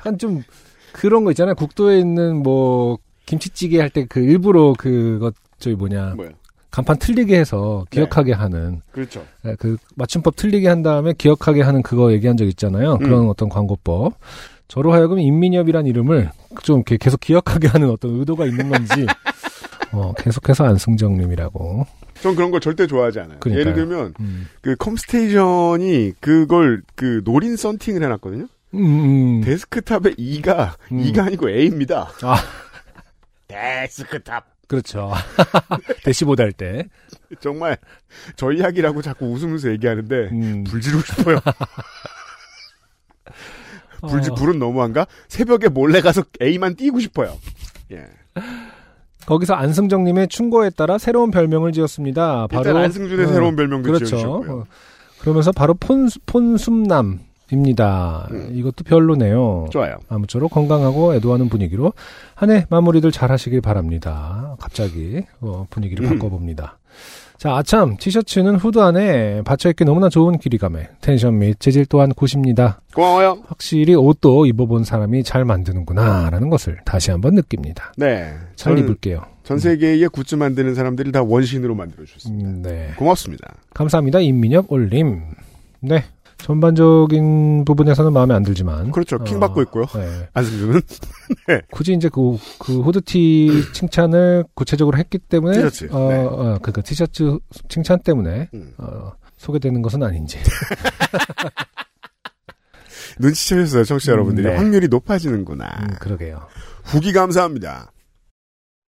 약간 좀 그런 거 있잖아요. 국도에 있는 뭐 김치찌개 할 때 그 일부러 그것 저기 뭐냐 뭐야? 간판 틀리게 해서 네. 기억하게 하는 그렇죠. 예, 그 맞춤법 틀리게 한 다음에 기억하게 하는 그거 얘기한 적 있잖아요. 음. 그런 어떤 광고법. 저로 하여금 인민엽이란 이름을 좀 이렇게 계속 기억하게 하는 어떤 의도가 있는 건지 어, 계속해서 안승정님이라고. 전 그런 걸 절대 좋아하지 않아요. 그러니까요. 예를 들면 음. 그 컴스테이션이 그걸 그 노린 썬팅을 해놨거든요. 음, 음. 데스크탑의 E가 음. E가 아니고 A입니다. 아. 데스크탑 그렇죠. 대시보드 할 때. 정말 전략이라고 자꾸 웃으면서 얘기하는데 음. 불 지르고 싶어요. 불 지- 어, 불은 너무한가? 새벽에 몰래 가서 A만 띄고 싶어요. 예. 거기서 안승정님의 충고에 따라 새로운 별명을 지었습니다. 바로 일단 안승준의 어, 새로운 별명도 그렇죠. 지어주셨고요. 어, 그러면서 바로 폰 폰숨남입니다. 음. 이것도 별로네요. 좋아요. 아무쪼록 건강하고 애도하는 분위기로 한 해 마무리들 잘 하시길 바랍니다. 갑자기 어, 분위기를 음. 바꿔봅니다. 자, 아참, 티셔츠는 후드 안에 받쳐입기 너무나 좋은 길이감에 텐션 및 재질 또한 굿입니다. 고마워요. 확실히 옷도 입어본 사람이 잘 만드는구나, 라는 것을 다시 한번 느낍니다. 네. 잘 저는 입을게요. 전 세계의 굿즈 만드는 사람들을 다 원신으로 만들어주셨습니다. 음, 네. 고맙습니다. 감사합니다. 임민엽 올림. 네. 전반적인 부분에서는 마음에 안 들지만. 그렇죠. 킹 어, 받고 있고요. 네. 안승준은 굳이 이제 그, 그 후드티 칭찬을 구체적으로 했기 때문에 티셔츠, 어, 네. 어, 그, 그 티셔츠 칭찬 때문에 음. 어, 소개되는 것은 아닌지 눈치채셨어요, 청취자 음, 여러분들이. 네. 확률이 높아지는구나. 음, 그러게요. 후기 감사합니다.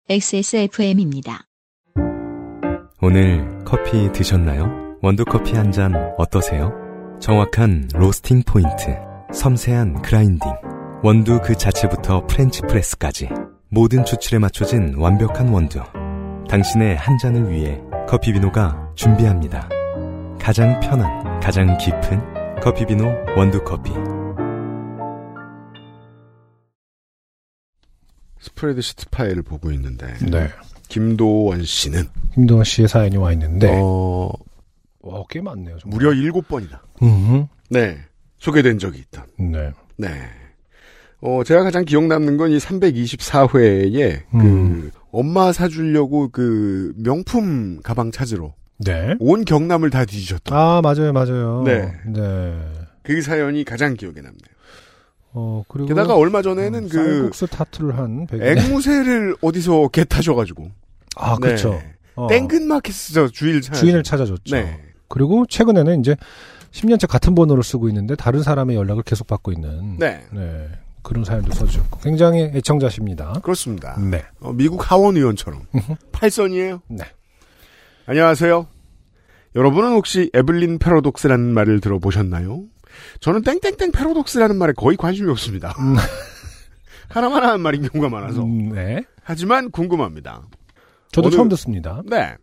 XSFM입니다. 오늘 커피 드셨나요? 원두커피 한 잔 어떠세요? 정확한 로스팅 포인트, 섬세한 그라인딩, 원두 그 자체부터 프렌치 프레스까지 모든 추출에 맞춰진 완벽한 원두. 당신의 한 잔을 위해 커피비노가 준비합니다. 가장 편한, 가장 깊은 커피비노 원두커피. 스프레드시트 파일을 보고 있는데 네. 김도원 씨는 김동원 씨의 사연이 와 있는데 어, 와, 꽤 많네요. 정말. 무려 7번이나 음, 네. 소개된 적이 있다. 네. 네. 어, 제가 가장 기억 남는 건 이 324회에 음. 그 엄마 사주려고 그 명품 가방 찾으러 네. 온 경남을 다 뒤지셨던 아, 맞아요. 맞아요. 네. 네. 그 사연이 가장 기억에 남네요. 어, 그리고 게다가 얼마 전에는 음, 그 쌀국수 타투를 한 백인 앵무새를 어디서 개 타셔가지고 아, 그렇죠. 네. 어, 땡근마켓에서 주일 찾아 주인을 찾아줬죠. 네. 그리고 최근에는 이제 10년째 같은 번호를 쓰고 있는데 다른 사람의 연락을 계속 받고 있는 네. 네, 그런 사연도 써주셨고 굉장히 애청자십니다. 그렇습니다. 네. 어, 미국 하원 의원처럼 팔선이에요. 네. 안녕하세요. 여러분은 혹시 에블린 패러독스라는 말을 들어보셨나요? 저는 땡땡땡 패러독스라는 말에 거의 관심이 없습니다. 하나만 하는 말인 경우가 많아서. 음, 네. 하지만 궁금합니다. 저도 어느- 처음 듣습니다. 네.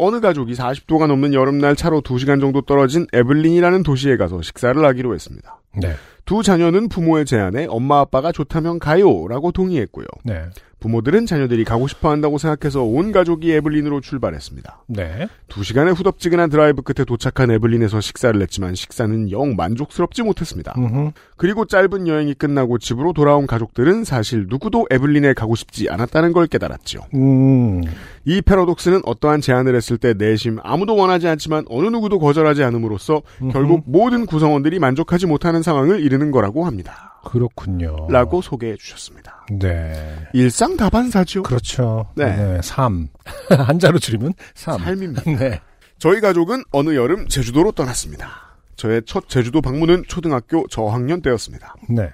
어느 가족이 40도가 넘는 여름날 차로 2시간 정도 떨어진 에블린이라는 도시에 가서 식사를 하기로 했습니다. 네. 두 자녀는 부모의 제안에 엄마 아빠가 좋다면 가요라고 동의했고요. 네. 부모들은 자녀들이 가고 싶어 한다고 생각해서 온 가족이 에블린으로 출발했습니다. 네. 두 시간의 후덥지근한 드라이브 끝에 도착한 에블린에서 식사를 했지만 식사는 영 만족스럽지 못했습니다. 음흠. 그리고 짧은 여행이 끝나고 집으로 돌아온 가족들은 사실 누구도 에블린에 가고 싶지 않았다는 걸 깨달았지요. 음. 이 패러독스는 어떠한 제안을 했을 때 내심 아무도 원하지 않지만 어느 누구도 거절하지 않음으로써 결국 모든 구성원들이 만족하지 못하는 상황을 이르는 거라고 합니다. 그렇군요. 라고 소개해 주셨습니다. 어. 네. 일상 다반사죠. 그렇죠. 네. 네. 삼. 한자로 줄이면 삼. 삶입니다. 네. 저희 가족은 어느 여름 제주도로 떠났습니다. 저의 첫 제주도 방문은 초등학교 저학년 때였습니다. 네.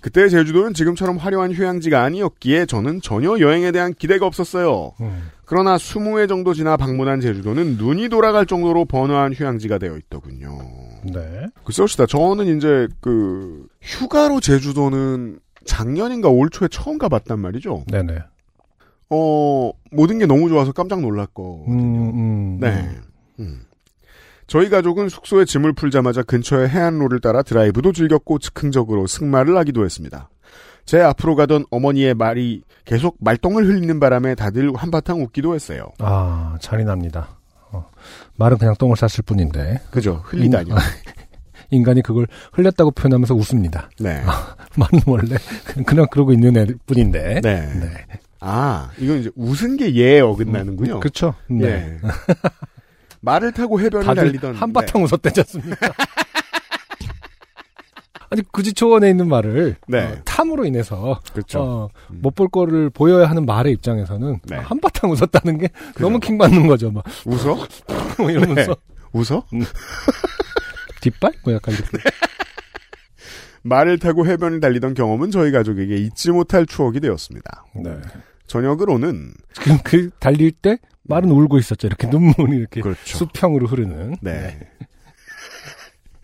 그때 제주도는 지금처럼 화려한 휴양지가 아니었기에 저는 전혀 여행에 대한 기대가 없었어요. 음. 그러나 20회 정도 지나 방문한 제주도는 눈이 돌아갈 정도로 번화한 휴양지가 되어 있더군요. 네. 글쎄시다 저는 이제 그 휴가로 제주도는 작년인가 올 초에 처음 가봤단 말이죠. 네네. 어 모든 게 너무 좋아서 깜짝 놀랐고 음, 음. 네. 음. 저희 가족은 숙소에 짐을 풀자마자 근처의 해안로를 따라 드라이브도 즐겼고 즉흥적으로 승마를 하기도 했습니다. 제 앞으로 가던 어머니의 말이 계속 말똥을 흘리는 바람에 다들 한바탕 웃기도 했어요. 아, 잔인합니다. 어. 말은 그냥 똥을 쌌을 뿐인데. 그죠? 흘리다니요. 인간이 그걸 흘렸다고 표현하면서 웃습니다. 네. 아, 많은 원래 그냥 그러고 있는 애 뿐인데. 네. 아, 이건 이제 웃은 게 예에 어긋나는군요. 그렇죠. 네. 예. 말을 타고 해변을 다들 달리던 네. 한바탕 웃었대지 않습니까? 아니 굳이 초원에 있는 말을 네. 어, 탐으로 인해서 어, 네. 그렇죠. 못 볼 거를 보여야 하는 말의 입장에서는 네. 한바탕 웃었다는 게 그죠. 너무 킹받는 거죠. 막 웃어? 뭐 이러면서 네. 웃어? 뒷발? 뭐 약간 이렇게 말을 타고 해변을 달리던 경험은 저희 가족에게 잊지 못할 추억이 되었습니다. 네. 저녁으로는 그, 그 달릴 때 말은 울고 있었죠. 이렇게 눈물이 이렇게 네. 그렇죠. 수평으로 흐르는. 네.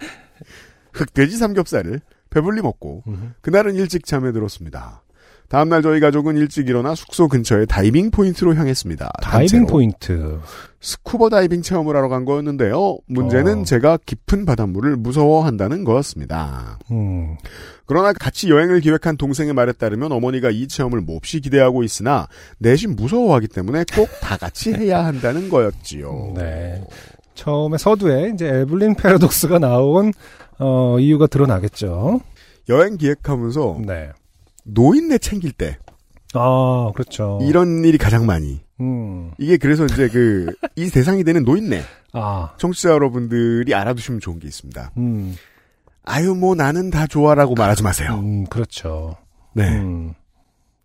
흑돼지 삼겹살을 배불리 먹고 그날은 일찍 잠에 들었습니다. 다음날 저희 가족은 일찍 일어나 숙소 근처의 다이빙 포인트로 향했습니다. 다이빙 단체로 포인트. 스쿠버 다이빙 체험을 하러 간 거였는데요. 문제는 어. 제가 깊은 바닷물을 무서워한다는 거였습니다. 음. 그러나 같이 여행을 기획한 동생의 말에 따르면 어머니가 이 체험을 몹시 기대하고 있으나 내심 무서워하기 때문에 꼭 다 같이 해야 한다는 거였지요. 네. 처음에 서두에 이제 에블린 패러독스가 나온 어, 이유가 드러나겠죠. 여행 기획하면서 네. 노인네 챙길 때 아 그렇죠. 어. 이런 일이 가장 많이 음. 이게 그래서 이제 그 이 대상이 되는 노인네 아. 청취자 여러분들이 알아두시면 좋은 게 있습니다. 음. 아유 뭐 나는 다 좋아라고 말하지 마세요. 음, 그렇죠. 네. 음.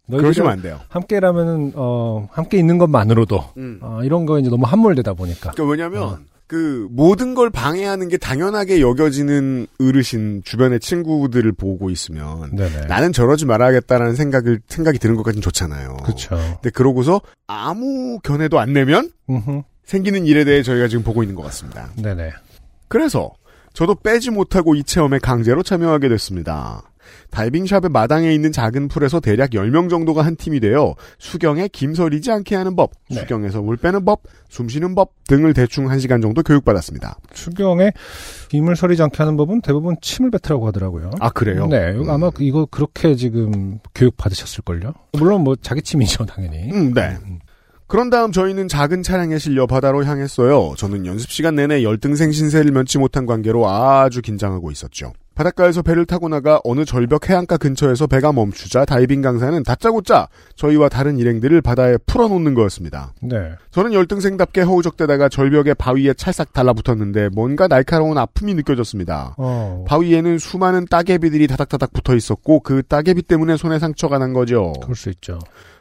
그러시면 안 돼요. 함께라면은 어 함께 있는 것만으로도 음. 아, 이런 거 이제 너무 함몰되다 보니까. 그러니까 왜냐면 어. 그 모든 걸 방해하는 게 당연하게 여겨지는 어르신 주변의 친구들을 보고 있으면 네네. 그, 나는 저러지 말아야겠다라는 생각을 생각이 드는 것까진 좋잖아요. 그렇죠. 근데 그러고서 아무 견해도 안 내면 음흠. 생기는 일에 대해 저희가 지금 보고 있는 것 같습니다. 네네. 그래서 저도 빼지 못하고 이 체험에 강제로 참여하게 됐습니다. 다이빙샵의 마당에 있는 작은 풀에서 대략 10명 정도가 한 팀이 되어 수경에 김설이지 않게 하는 법, 네. 수경에서 물 빼는 법, 숨 쉬는 법 등을 대충 1시간 정도 교육받았습니다. 추경에 힘을 서리지 않게 하는 법은 대부분 침을 뱉으라고 하더라고요. 아, 그래요? 네, 이거 음. 아마 이거 그렇게 지금 교육 받으셨을걸요? 물론 뭐 자기 침이죠, 당연히. 음, 네. 그런 다음 저희는 작은 차량에 실려 바다로 향했어요. 저는 연습 시간 내내 열등생 신세를 면치 못한 관계로 아주 긴장하고 있었죠. 바닷가에서 배를 타고 나가 어느 절벽 해안가 근처에서 배가 멈추자 다이빙 강사는 다짜고짜 저희와 다른 일행들을 바다에 풀어놓는 거였습니다. 네. 저는 열등생답게 허우적대다가 절벽의 바위에 찰싹 달라붙었는데 뭔가 날카로운 아픔이 느껴졌습니다. 어. 바위에는 수많은 따개비들이 다닥다닥 붙어 있었고 그 따개비 때문에 손에 상처가 난 거죠. 그럴 수 있죠.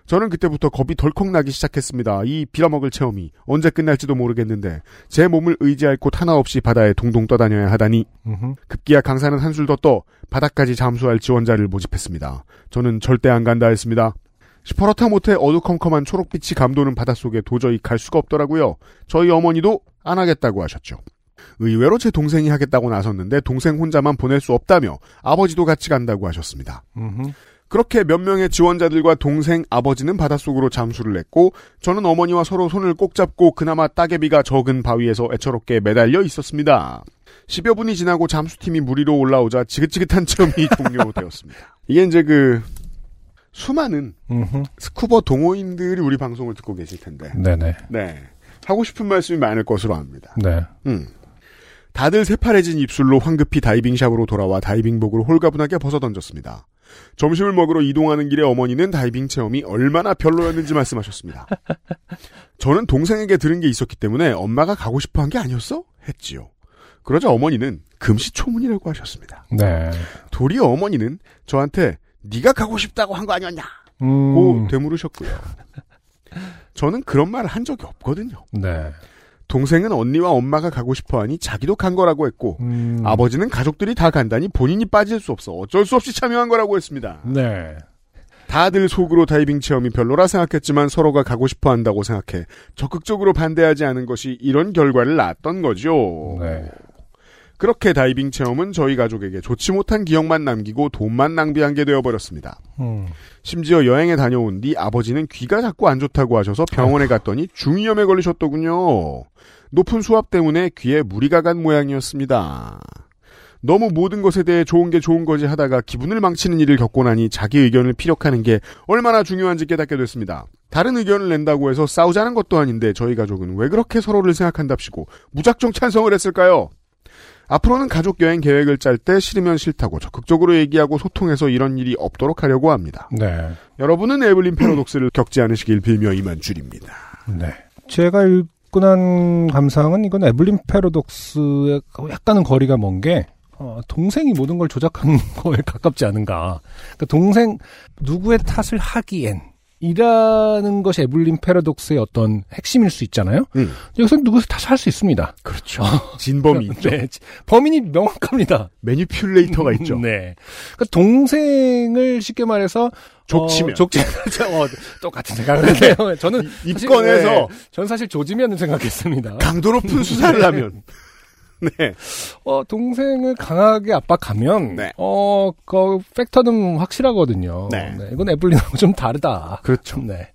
저는 그때부터 겁이 덜컥 나기 시작했습니다. 이 빌어먹을 체험이 언제 끝날지도 모르겠는데 제 몸을 의지할 곳 하나 없이 바다에 동동 떠다녀야 하다니 음흠. 급기야 강사는 한술 더 떠 바다까지 잠수할 지원자를 모집했습니다. 저는 절대 안 간다 했습니다. 시퍼렇다 못해 어두컴컴한 초록빛이 감도는 바닷속에 도저히 갈 수가 없더라고요. 저희 어머니도 안 하겠다고 하셨죠. 의외로 제 동생이 하겠다고 나섰는데 동생 혼자만 보낼 수 없다며 아버지도 같이 간다고 하셨습니다. 음흠. 그렇게 몇 명의 지원자들과 동생, 아버지는 바닷속으로 잠수를 했고 저는 어머니와 서로 손을 꼭 잡고 그나마 따개비가 적은 바위에서 애처롭게 매달려 있었습니다. 10여 분이 지나고 잠수팀이 물 위로 올라오자 지긋지긋한 체험이 종료되었습니다. 이게 이제 그 수많은 음흠. 스쿠버 동호인들이 우리 방송을 듣고 계실 텐데 네네. 네 하고 싶은 말씀이 많을 것으로 압니다. 네. 음. 다들 새파래진 입술로 황급히 다이빙샵으로 돌아와 다이빙복을 홀가분하게 벗어던졌습니다. 점심을 먹으러 이동하는 길에 어머니는 다이빙 체험이 얼마나 별로였는지 말씀하셨습니다. 저는 동생에게 들은 게 있었기 때문에 엄마가 가고 싶어 한 게 아니었어? 했지요. 그러자 어머니는 금시초문이라고 하셨습니다. 네. 도리어 어머니는 저한테 네가 가고 싶다고 한 거 아니었냐? 고 음. 되물으셨고요. 저는 그런 말을 한 적이 없거든요. 네. 동생은 언니와 엄마가 가고 싶어 하니 자기도 간 거라고 했고, 음. 아버지는 가족들이 다 간다니 본인이 빠질 수 없어 어쩔 수 없이 참여한 거라고 했습니다. 네. 다들 속으로 다이빙 체험이 별로라 생각했지만 서로가 가고 싶어 한다고 생각해 적극적으로 반대하지 않은 것이 이런 결과를 낳았던 거죠. 네. 그렇게 다이빙 체험은 저희 가족에게 좋지 못한 기억만 남기고 돈만 낭비한 게 되어버렸습니다. 음. 심지어 여행에 다녀온 뒤 아버지는 귀가 자꾸 안 좋다고 하셔서 병원에 갔더니 중이염에 걸리셨더군요. 높은 수압 때문에 귀에 무리가 간 모양이었습니다. 너무 모든 것에 대해 좋은 게 좋은 거지 하다가 기분을 망치는 일을 겪고 나니 자기 의견을 피력하는 게 얼마나 중요한지 깨닫게 됐습니다. 다른 의견을 낸다고 해서 싸우자는 것도 아닌데 저희 가족은 왜 그렇게 서로를 생각한답시고 무작정 찬성을 했을까요? 앞으로는 가족 여행 계획을 짤 때 싫으면 싫다고 적극적으로 얘기하고 소통해서 이런 일이 없도록 하려고 합니다. 네. 여러분은 에블린 패러독스를 겪지 않으시길 빌며 이만 줄입니다. 네. 제가 읽고 난 감상은 이건 에블린 패러독스의 약간은 거리가 먼 게, 어, 동생이 모든 걸 조작한 거에 가깝지 않은가. 그러니까 동생, 누구의 탓을 하기엔, 이라는 것이 에블린 패러독스의 어떤 핵심일 수 있잖아요? 음. 여기서 누구의 탓을 할 수 있습니다. 어, 그렇죠. 진범이 있죠. 네. 범인이 명확합니다. 매니퓰레이터가 있죠. 네. 그러니까 동생을 쉽게 말해서 족치면. 어, 족치 어, 똑같은 생각을 해요. 저는 이- 사실- 입건해서. 네, 저는 사실 조지면을 생각했습니다. 강도 높은 수사를 하면. 네. 어, 동생을 강하게 압박하면 네. 어, 그 팩터는 확실하거든요. 네. 이건 애플린하고 좀 다르다. 그렇죠. 네.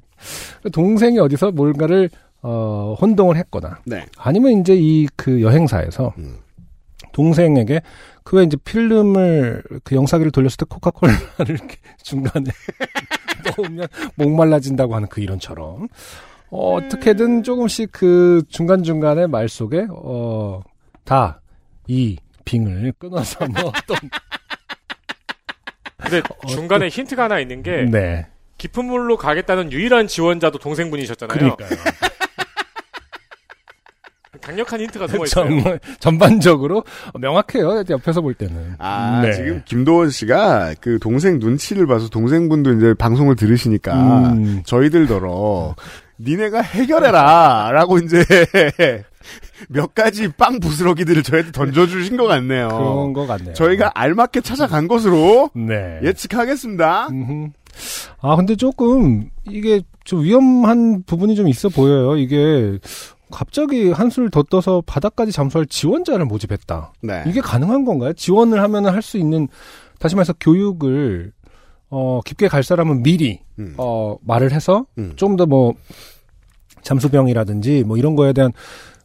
동생이 어디서 뭔가를 어, 혼동을 했거나 네. 아니면 이제 이 그 여행사에서 음. 동생에게 그 왜 이제 필름을 그 영사기를 돌렸을 때 코카콜라를 이렇게 중간에 넣으면 목말라진다고 하는 그 이론처럼 어, 음. 어떻게든 조금씩 그 중간 중간에 말 속에 어, 어다이 빙을 끊어서 뭐 어떤 근데 중간에 힌트가 하나 있는 게 어, 네 깊은 물로 가겠다는 유일한 지원자도 동생분이셨잖아요. 그러니까요 강력한 힌트가 숨어 뭐 있어요. 정말 전반적으로 명확해요 옆에서 볼 때는 네. 아, 지금 김도원 씨가 그 동생 눈치를 봐서 동생분도 이제 방송을 들으시니까 음. 저희들더러 니네가 해결해라! 라고 이제 몇 가지 빵 부스러기들을 저희한테 던져주신 것 같네요. 그런 것 같네요 아, 어, 저희가 예. 알맞게 찾아간 것으로 네 예측하겠습니다. 음흠. 아, 근데 조금 이게 좀 위험한 부분이 좀 있어 보여요. 이게 갑자기 한술 더 떠서 바닥까지 잠수할 지원자를 모집했다. 네. 이게 가능한 건가요? 지원을 하면 할 수 있는 다시 말해서 교육을 어, 깊게 갈 사람은 미리 음. 어, 말을 해서 음. 좀 더 뭐 잠수병이라든지 뭐 이런 거에 대한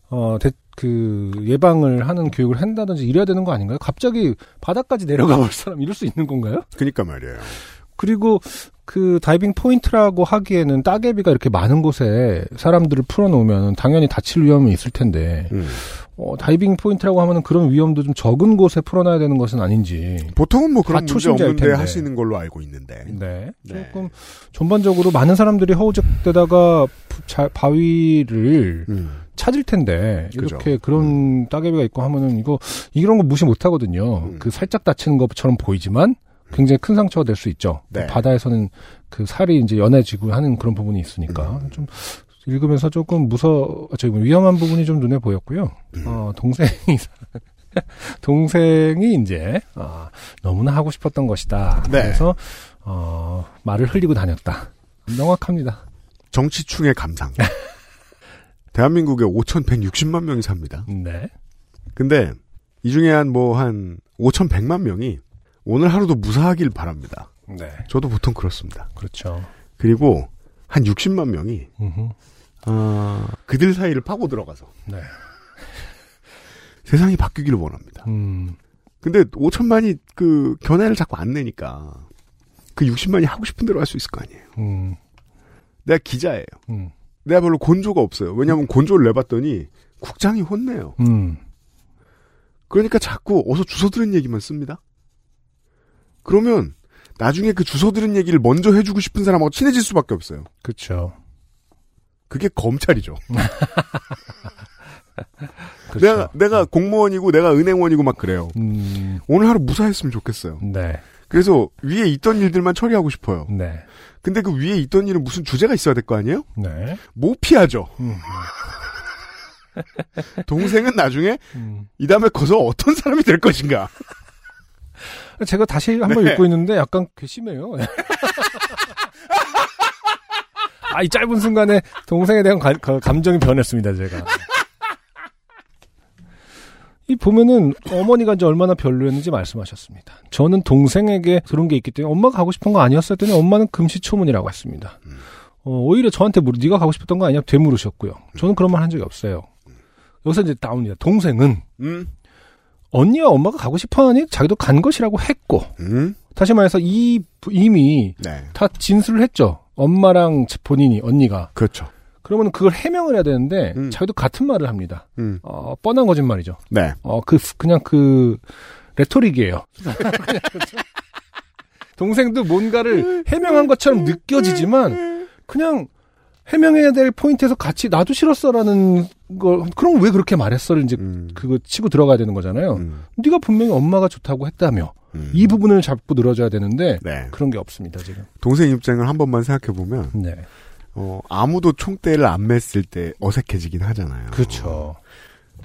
어, 대- 그 예방을 하는 교육을 한다든지 이래야 되는 거 아닌가요? 갑자기 바닥까지 내려가 볼 사람 이럴 수 있는 건가요? 그니까 말이에요. 그리고 그 다이빙 포인트라고 하기에는 따개비가 이렇게 많은 곳에 사람들을 풀어놓으면 당연히 다칠 위험이 있을 텐데 음. 어, 다이빙 포인트라고 하면 그런 위험도 좀 적은 곳에 풀어놔야 되는 것은 아닌지 보통은 뭐 그런 다 문제 초심자일 없는데 텐데. 하시는 걸로 알고 있는데. 네. 네. 조금 전반적으로 많은 사람들이 허우적대다가 부- 자- 바위를 음. 찾을 텐데 그죠. 이렇게 그런 따개비가 있고 하면은 이거 이런 거 무시 못 하거든요. 음. 그 살짝 다치는 것처럼 보이지만 굉장히 큰 상처가 될 수 있죠. 네. 바다에서는 그 살이 이제 연해지고 하는 그런 부분이 있으니까 음. 좀 읽으면서 조금 무서 저기 뭐 위험한 부분이 좀 눈에 보였고요. 음. 어 동생이 동생이 이제 아, 너무나 하고 싶었던 것이다. 네. 그래서 어 말을 흘리고 다녔다. 명확합니다. 정치충의 감상. 대한민국에 5,160만 명이 삽니다. 네. 근데 이 중에 한 뭐 한 5,100만 명이 오늘 하루도 무사하길 바랍니다. 네. 저도 보통 그렇습니다. 그렇죠. 그리고 한 60만 명이 음흠. 아, 그들 사이를 파고 들어가서 네. 세상이 바뀌기를 원합니다. 음. 근데 5천만이 그 견해를 자꾸 안 내니까 그 60만이 하고 싶은 대로 할 수 있을 거 아니에요. 음. 내가 기자예요. 음. 내가 별로 곤조가 없어요. 왜냐하면 곤조를 내봤더니 국장이 혼내요. 음. 그러니까 자꾸 어서 주워 들은 얘기만 씁니다. 그러면 나중에 그 주워 들은 얘기를 먼저 해주고 싶은 사람하고 친해질 수밖에 없어요. 그렇죠. 그게 검찰이죠. 그렇죠. 내가 내가 공무원이고 내가 은행원이고 막 그래요. 음. 오늘 하루 무사했으면 좋겠어요. 네. 그래서 위에 있던 일들만 처리하고 싶어요. 네. 근데 그 위에 있던 일은 무슨 주제가 있어야 될 거 아니에요? 네. 못 피하죠. 음. 동생은 나중에 음. 이 다음에 커서 어떤 사람이 될 것인가. 제가 다시 한 번 읽고 있는데 약간 괘씸해요. 아, 이 짧은 순간에 동생에 대한 가- 가- 감정이 변했습니다, 제가. 이 보면은 어머니가 이제 얼마나 별로였는지 말씀하셨습니다. 저는 동생에게 그런 게 있기 때문에 엄마가 가고 싶은 거 아니었을 때는 엄마는 금시초문이라고 했습니다. 어, 오히려 저한테 물, 네가 가고 싶었던 거 아니야? 되물으셨고요. 저는 그런 말 한 적이 없어요. 여기서 이제 나옵니다. 동생은 음, 언니와 엄마가 가고 싶어하니 자기도 간 것이라고 했고 음, 다시 말해서 이 부- 이미 네, 다 진술을 했죠. 엄마랑 본인이 언니가 그렇죠. 그러면 그걸 해명을 해야 되는데 음. 자기도 같은 말을 합니다. 음. 어, 뻔한 거짓말이죠. 네. 어, 그 그냥 그 레토릭이에요. 동생도 뭔가를 해명한 것처럼 느껴지지만 그냥 해명해야 될 포인트에서 같이 나도 싫었어라는 걸 그럼 왜 그렇게 말했어를 이제 음. 그거 치고 들어가야 되는 거잖아요. 음. 네가 분명히 엄마가 좋다고 했다며 음. 이 부분을 잡고 늘어져야 되는데 네. 그런 게 없습니다 지금. 동생 입장을 한 번만 생각해 보면 네, 어, 아무도 총대를 안 맸을 때 어색해지긴 하잖아요. 그렇죠.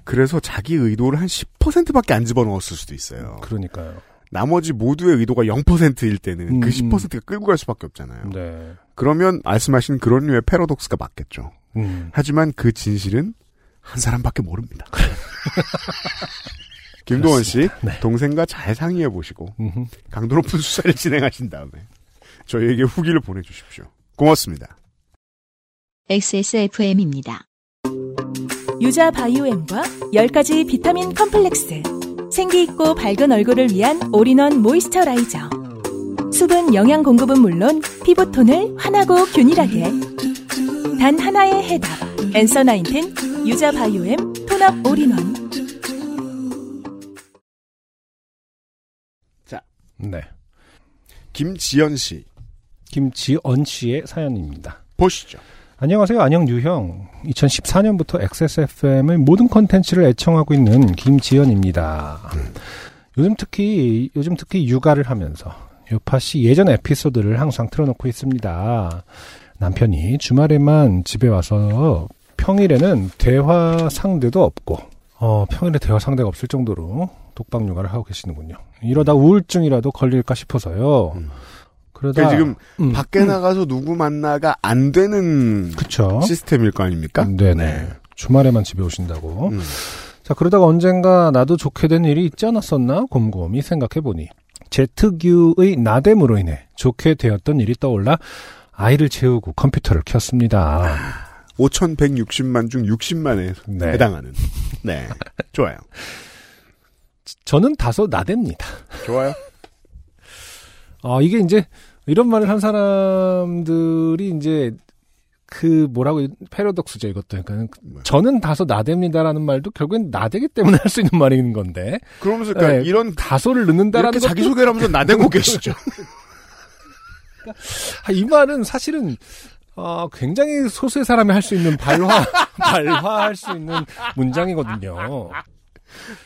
그래서 자기 의도를 한 10%밖에 안 집어넣었을 수도 네. 있어요. 음, 그러니까요. 나머지 모두의 의도가 0%일 때는 음, 그 10%가 끌고 갈 수밖에 없잖아요. 네. 그러면 말씀하신 그런 류의 패러독스가 맞겠죠. 음. 하지만 그 진실은 한 사람밖에 모릅니다. 김동원 씨, 동생과 잘 상의해 보시고 음흠. 강도 높은 수사를 진행하신 다음에 저희에게 후기를 보내주십시오. 고맙습니다. XSFM입니다. 유자 바이오엠과 10가지 비타민 컴플렉스. 생기있고 밝은 얼굴을 위한 올인원 모이스처라이저. 수분 영양 공급은 물론 피부톤을 환하고 균일하게. 단 하나의 해답. 엔서 나인틴 유자 바이오엠 톤업 올인원. 네. 김지연 씨, 김지언 씨의 사연입니다. 보시죠. 안녕하세요. 안녕 유형. 2014년부터 XSFM의 모든 컨텐츠를 애청하고 있는 김지연입니다. 요즘 특히 요즘 특히 육아를 하면서 요파 씨 예전 에피소드를 항상 틀어놓고 있습니다. 남편이 주말에만 집에 와서 평일에는 대화 상대도 없고 어, 평일에 대화 상대가 없을 정도로 독박 육아를 하고 계시는군요. 이러다 우울증이라도 걸릴까 싶어서요. 음. 그러다 그러니까 지금 음, 밖에 나가서 누구 만나가 안 되는 그쵸? 음, 시스템일 거 아닙니까? 네네. 주말에만 집에 오신다고. 음. 자, 그러다가 언젠가 나도 좋게 된 일이 있지 않았었나? 곰곰이 생각해보니. 제 특유의 나됨으로 인해 좋게 되었던 일이 떠올라 아이를 재우고 컴퓨터를 켰습니다. 5,160만 중 60만에 네. 해당하는. 네. 좋아요. 저는 다소 나댑니다. 좋아요. 아, 이게 이제 이런 말을 한 사람들이 이제 그 뭐라고 패러독스죠 이것도 그러니까 뭐야. 저는 다소 나댑니다라는 말도 결국엔 나대기 때문에 할 수 있는 말인 건데 그러면서 그러니까 네. 이런 다소를 넣는다라는 이렇게 것도 자기 소개를 하면서 나대고 계시죠. 아, 이 말은 사실은 어, 굉장히 소수의 사람이 할 수 있는 발화, 발화할 수 있는 문장이거든요.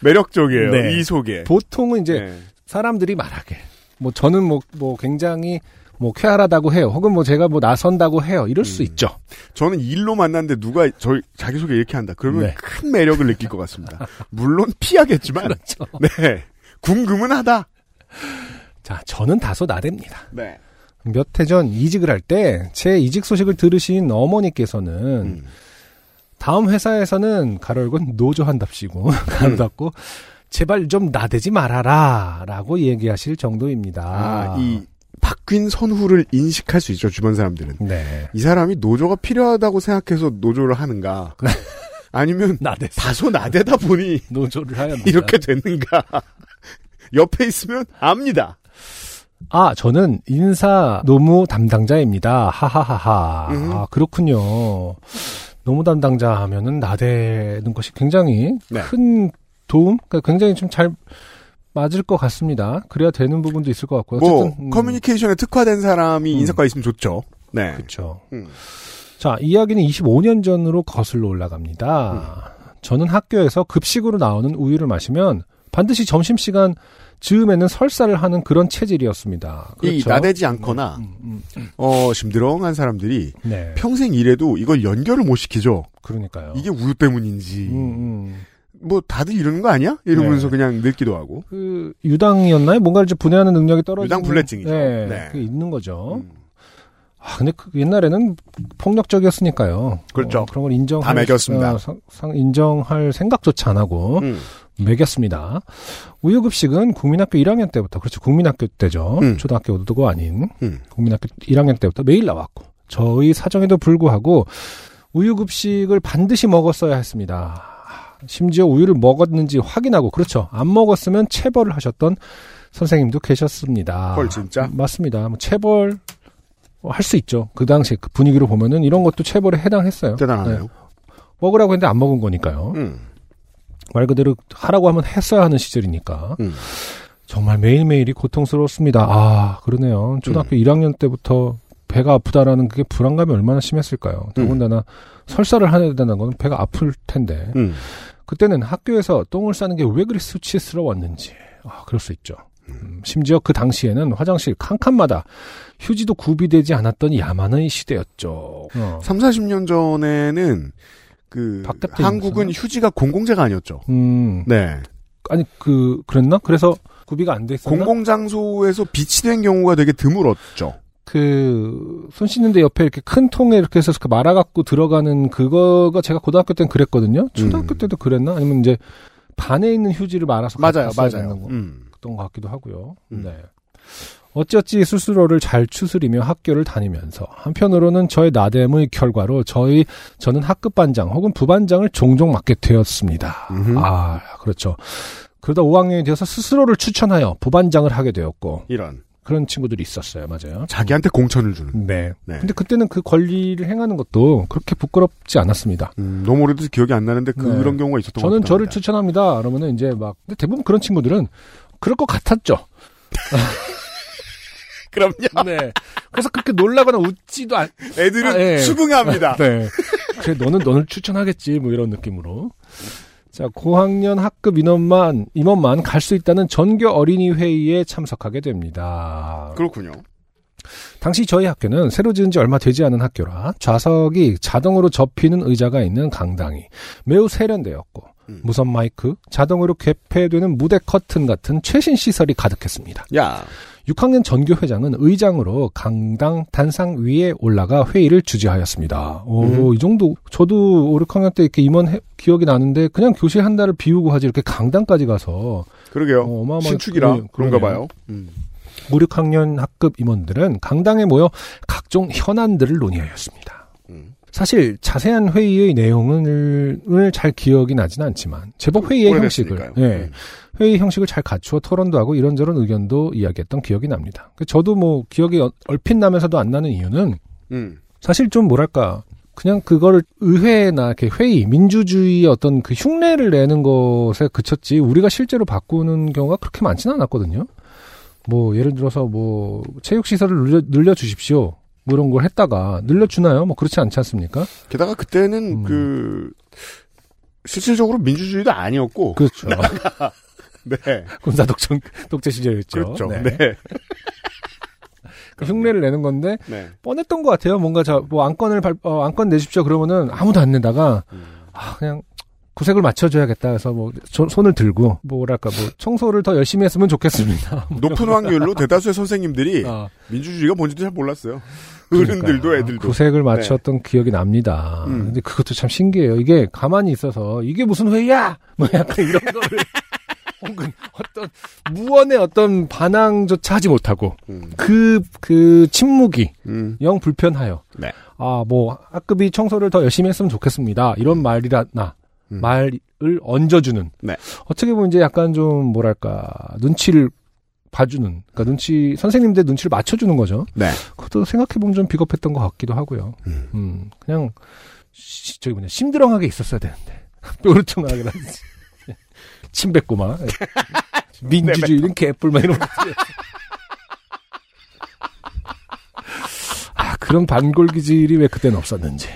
매력적이에요. 네. 이 소개. 보통은 이제 네. 사람들이 말하길 뭐 저는 뭐, 뭐 굉장히 뭐 쾌활하다고 해요. 혹은 뭐 제가 뭐 나선다고 해요. 이럴 음. 수 있죠. 저는 일로 만났는데 누가 저 자기 소개 이렇게 한다. 그러면 네. 큰 매력을 느낄 것 같습니다. 물론 피하겠지만. 그렇죠. 네. 궁금은 하다. 자, 저는 다소 나댑니다. 네. 몇 해 전 이직을 할 때 제 이직 소식을 들으신 어머니께서는 음. 다음 회사에서는 가로열건 노조한답시고 가로 음. 닫고 제발 좀 나대지 말아라 라고 얘기하실 정도입니다. 아, 이 바뀐 선후를 인식할 수 있죠. 주변 사람들은. 네. 이 사람이 노조가 필요하다고 생각해서 노조를 하는가. 아니면 나대서 다소 나대다 보니 노조를 하였는데 이렇게 됐는가. 옆에 있으면 압니다. 아 저는 인사 노무 담당자입니다. 하하하하. 음. 아, 그렇군요. 노무 담당자 하면은 나대는 것이 굉장히 네. 큰 도움, 그러니까 굉장히 좀 잘 맞을 것 같습니다. 그래야 되는 부분도 있을 것 같고요. 뭐 어쨌든, 음, 커뮤니케이션에 특화된 사람이 음. 인사과에 있으면 좋죠. 네. 그렇죠. 음. 자, 이야기는 25년 전으로 거슬러 올라갑니다. 음. 저는 학교에서 급식으로 나오는 우유를 마시면 반드시 점심시간 즈음에는 설사를 하는 그런 체질이었습니다. 그렇죠. 이 나대지 않거나 음, 음. 어 심드렁한 사람들이 네. 평생 일해도 이걸 연결을 못 시키죠. 그러니까요. 이게 우유 때문인지 음, 음. 뭐 다들 이러는 거 아니야? 이러면서 네. 그냥 늙기도 하고. 그 유당이었나요? 뭔가를 이제 분해하는 능력이 떨어지는 유당 불내증이죠. 네. 네. 그게 있는 거죠. 음. 아, 근데 그 옛날에는 폭력적이었으니까요. 그렇죠. 어, 그런 걸 인정할 다 매겼습니다. 어, 상- 상- 인정할 생각조차 안 하고 음. 매겼습니다. 우유급식은 국민학교 1학년 때부터, 그렇죠. 국민학교 때죠. 음. 초등학교도 아닌 음. 국민학교 1학년 때부터 매일 나왔고, 저희 사정에도 불구하고 우유급식을 반드시 먹었어야 했습니다. 심지어 우유를 먹었는지 확인하고, 그렇죠. 안 먹었으면 체벌을 하셨던 선생님도 계셨습니다. 헐, 진짜? 맞습니다. 뭐 체벌, 할 수 있죠. 그 당시 그 분위기로 보면은 이런 것도 체벌에 해당했어요. 대단하네요. 네. 먹으라고 했는데 안 먹은 거니까요. 음. 말 그대로 하라고 하면 했어야 하는 시절이니까. 음. 정말 매일매일이 고통스러웠습니다. 아, 그러네요. 초등학교 1학년 때부터 배가 아프다라는 그게 불안감이 얼마나 심했을까요? 더군다나 설사를 하야 된다는 건 배가 아플 텐데. 음. 그때는 학교에서 똥을 싸는 게 왜 그리 수치스러웠는지. 아, 그럴 수 있죠. 음, 심지어 그 당시에는 화장실 칸칸마다 휴지도 구비되지 않았던 야만의 시대였죠. 어. 3, 40년 전에는 그 박대표님 한국은 휴지가 공공재가 아니었죠. 음, 네. 아니 그 그랬나? 그래서 구비가 안 돼 있었나? 공공장소에서 비치된 경우가 되게 드물었죠. 그 손 씻는데 옆에 이렇게 큰 통에 이렇게 해서 그 말아갖고 들어가는 그거가 제가 고등학교 때는 그랬거든요. 초등학교 음. 때도 그랬나? 아니면 이제 반에 있는 휴지를 말아서 맞아요, 갖다 써야 되는 맞아요. 거. 음. 했던 것 같기도 하고요. 음. 네. 어찌어찌 스스로를 잘 추스리며 학교를 다니면서 한편으로는 저의 나됨의 결과로 저희 저는 학급 반장 혹은 부반장을 종종 맡게 되었습니다. 음흠. 아 그렇죠. 그러다 5학년이 되어서 스스로를 추천하여 부반장을 하게 되었고 이런 그런 친구들이 있었어요. 맞아요. 자기한테 공천을 주는. 네. 네. 근데 그때는 그 권리를 행하는 것도 그렇게 부끄럽지 않았습니다. 음, 너무 오래돼서 기억이 안 나는데 네. 그런 경우가 있었던 것 저는 같기도 저를 합니다. 추천합니다. 그러면은 이제 막 근데 대부분 그런 친구들은 그럴 것 같았죠. 그럼요. 네. 그래서 그렇게 놀라거나 웃지도 않. 애들은 아, 예. 수긍합니다. 네. 그래 너는 너를 추천하겠지 뭐 이런 느낌으로. 자 고학년 학급 인원만 임원만 갈 수 있다는 전교 어린이 회의에 참석하게 됩니다. 그렇군요. 당시 저희 학교는 새로 지은 지 얼마 되지 않은 학교라 좌석이 자동으로 접히는 의자가 있는 강당이 매우 세련되었고 음. 무선 마이크, 자동으로 개폐되는 무대 커튼 같은 최신 시설이 가득했습니다. 야, 6학년 전교 회장은 의장으로 강당 단상 위에 올라가 회의를 주재하였습니다. 오, 음. 이 정도 저도 5, 6학년 때 이렇게 임원 해- 기억이 나는데 그냥 교실 한 달을 비우고 하지 이렇게 강당까지 가서 그런게요. 어, 어마어마하게 신축이라 그러- 그런가 그러네요. 봐요. 음. 5, 6학년 학급 임원들은 강당에 모여 각종 현안들을 논의하였습니다. 음. 사실 자세한 회의의 내용을 을잘 기억이 나진 않지만 제법 회의의 형식을 오래됐으니까요. 음. 예, 회의 형식을 잘 갖추어 토론도 하고 이런저런 의견도 이야기했던 기억이 납니다. 그 저도 뭐 기억이 어- 얼핏 나면서도 안 나는 이유는 음. 사실 좀 뭐랄까 그냥 그거를 의회나 이렇게 회의 민주주의의 어떤 그 흉내를 내는 것에 그쳤지 우리가 실제로 바꾸는 경우가 그렇게 많지는 않았거든요. 뭐 예를 들어서 뭐 체육 시설을 늘려, 늘려 주십시오. 뭐 이런 걸 했다가 늘려주나요? 뭐 그렇지 않지 않습니까? 게다가 음. 그때는 그 실질적으로 민주주의도 아니었고 그렇죠. 네. 군사 독재 독재 시절이었죠. 그렇죠. 그 네. 네. 네. 그 흉내를 내는 건데 네. 뻔했던 것 같아요. 뭔가 저뭐 안건을 발, 어, 안건 내십시오. 그러면은 아무도 안 내다가 음. 아, 그냥 구색을 맞춰줘야겠다 해서 뭐 저- 손을 들고 뭐랄까 뭐 청소를 더 열심히 했으면 좋겠습니다. 뭐 높은 확률로 대다수의 선생님들이 아, 민주주의가 뭔지도 잘 몰랐어요. 예. 어른들도 그러니까요. 애들도. 네. 구색을 맞췄던 기억이 납니다. 음. 근데 그것도 참 신기해요. 이게 가만히 있어서 이게 무슨 회의야? 뭐 약간 이런 거를 혹은 어떤 무언의 어떤 반항조차 하지 못하고 음. 그, 그 침묵이 음. 영 불편하여. 네. 아, 뭐, 학급이 청소를 더 열심히 했으면 좋겠습니다. 이런 말이라나, 음. 말을 얹어주는. 네. 어떻게 보면 이제 약간 좀, 뭐랄까, 눈치를 봐주는. 그러니까 눈치, 선생님들 눈치를 맞춰주는 거죠. 네. 그것도 생각해보면 좀 비겁했던 것 같기도 하고요. 음. 음, 그냥, 시- 저기 뭐냐, 심드렁하게 있었어야 되는데. 뾰루퉁하게 나지. 침 뱉고 막. 민주주의는 개뿔, 막 이런 것들. 아, 그런 반골 기질이 왜 그때는 없었는지.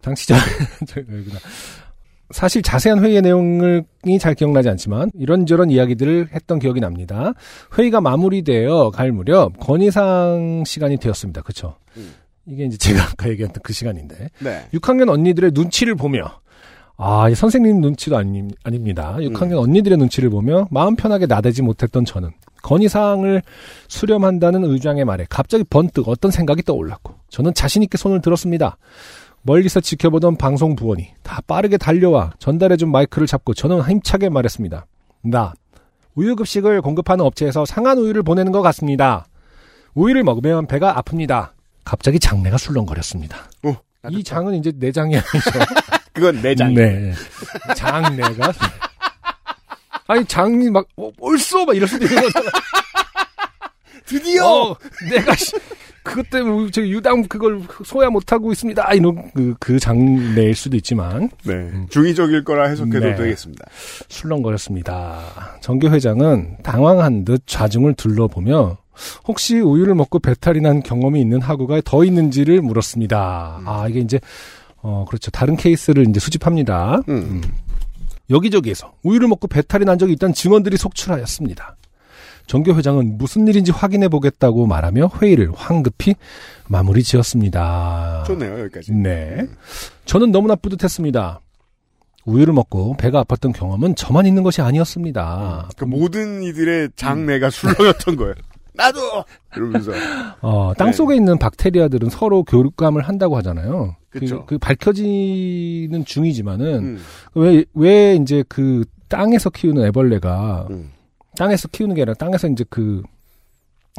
당시 저, 저, 여기구나. 사실 자세한 회의의 내용이 잘 기억나지 않지만 이런저런 이야기들을 했던 기억이 납니다. 회의가 마무리되어 갈 무렵 건의상 시간이 되었습니다. 그쵸? 이게 이제 제가 아까 얘기했던 그 시간인데. 네. 6학년 언니들의 눈치를 보며 아, 이 선생님 눈치도 아니, 아닙니다. 6학년 언니들의 눈치를 보며 마음 편하게 나대지 못했던 저는 건의사항을 수렴한다는 의장의 말에 갑자기 번뜩 어떤 생각이 떠올랐고 저는 자신있게 손을 들었습니다. 멀리서 지켜보던 방송 부원이 다 빠르게 달려와 전달해준 마이크를 잡고 저는 힘차게 말했습니다. 나, 우유급식을 공급하는 업체에서 상한 우유를 보내는 것 같습니다. 우유를 먹으면 배가 아픕니다. 갑자기 장내가 술렁거렸습니다. 오, 이 장은 이제 내장이 아니죠. 그건 내장. 네. 장내가. 아니, 장이 막, 어, 옳소! 막 이럴 수도 있는 거잖아. 드디어 어, 내가, 씨, 그 그것 때문에 저 유당 그걸 소화 못하고 있습니다. 이런 그, 그 장례일 수도 있지만 네. 중의적일 거라 해석해도 음. 네. 되겠습니다. 술렁거렸습니다. 정교회장은 당황한 듯 좌중을 둘러보며 혹시 우유를 먹고 배탈이 난 경험이 있는 학우가 더 있는지를 물었습니다. 아, 이게 이제, 어, 그렇죠. 다른 케이스를 이제 수집합니다. 음. 여기저기에서 우유를 먹고 배탈이 난 적이 있다는 증언들이 속출하였습니다. 정교회장은 무슨 일인지 확인해 보겠다고 말하며 회의를 황급히 마무리 지었습니다. 좋네요 여기까지. 네. 저는 너무나 뿌듯했습니다. 우유를 먹고 배가 아팠던 경험은 저만 있는 것이 아니었습니다. 그 모든 이들의 장내가 술렁였던 거예요. 나도 이러면서 어, 네. 땅 속에 있는 박테리아들은 서로 교감을 한다고 하잖아요. 그쵸. 그, 그 밝혀지는 중이지만은 음. 왜 왜 이제 그 땅에서 키우는 애벌레가 음. 땅에서 키우는 게 아니라 땅에서 이제 그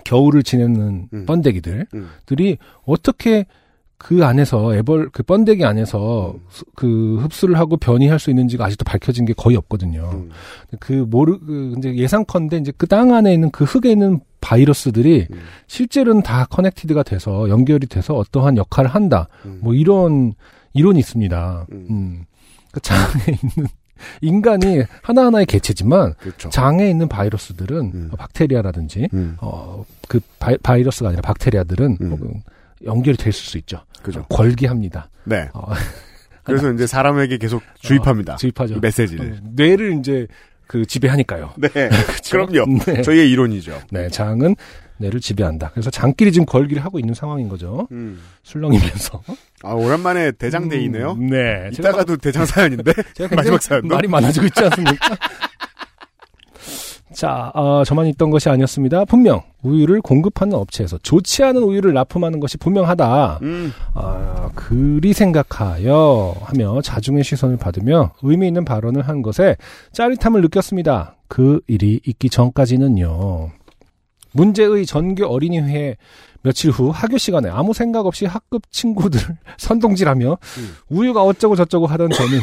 겨울을 지내는 음. 번데기들들이 음. 어떻게 그 안에서 애벌 그 번데기 어, 안에서 음. 수- 그 흡수를 하고 변이할 수 있는지가 아직도 밝혀진 게 거의 없거든요. 음. 그 모르 그 이제 예상컨대 이제 그 땅 안에 있는 그 흙에 있는 바이러스들이 음. 실제로는 다 커넥티드가 돼서 연결이 돼서 어떠한 역할을 한다. 음. 뭐 이런 이론이 있습니다. 음. 음. 그 장에 있는 인간이 하나하나의 개체지만 그렇죠. 어. 장에 있는 바이러스들은 뭐 음. 박테리아라든지 음. 어 그 바이, 러스가 아니라 박테리아들은 음. 그렇죠. 혹은 연결이 될 수 있죠. 그죠. 궐기합니다. 네. 어, 그래서 이제 사람에게 계속 주입합니다. 주입하죠. 이 메시지를. 어, 뇌를 이제 그 지배하니까요. 네. 그쵸? 그럼요. 네. 저희의 이론이죠. 네, 장은 뇌를 지배한다. 그래서 장끼리 지금 걸기를 하고 있는 상황인 거죠. 음. 술렁이면서. 아 오랜만에 대장데이네요. 음, 네. 제가 이따가도 대장 사연인데 제가 마지막 마지막 사연도 말이 많아지고 있지 않습니까? 자, 어, 저만 있던 것이 아니었습니다. 분명 우유를 공급하는 업체에서 좋지 않은 우유를 납품하는 것이 분명하다. 음. 아, 그리 생각하여 하며 자중의 시선을 받으며 의미 있는 발언을 한 것에 짜릿함을 느꼈습니다. 그 일이 있기 전까지는요. 문제의 전교 어린이회에 며칠 후 학교 시간에 아무 생각 없이 학급 친구들을 선동질하며 우유가 어쩌고 저쩌고 하던 저는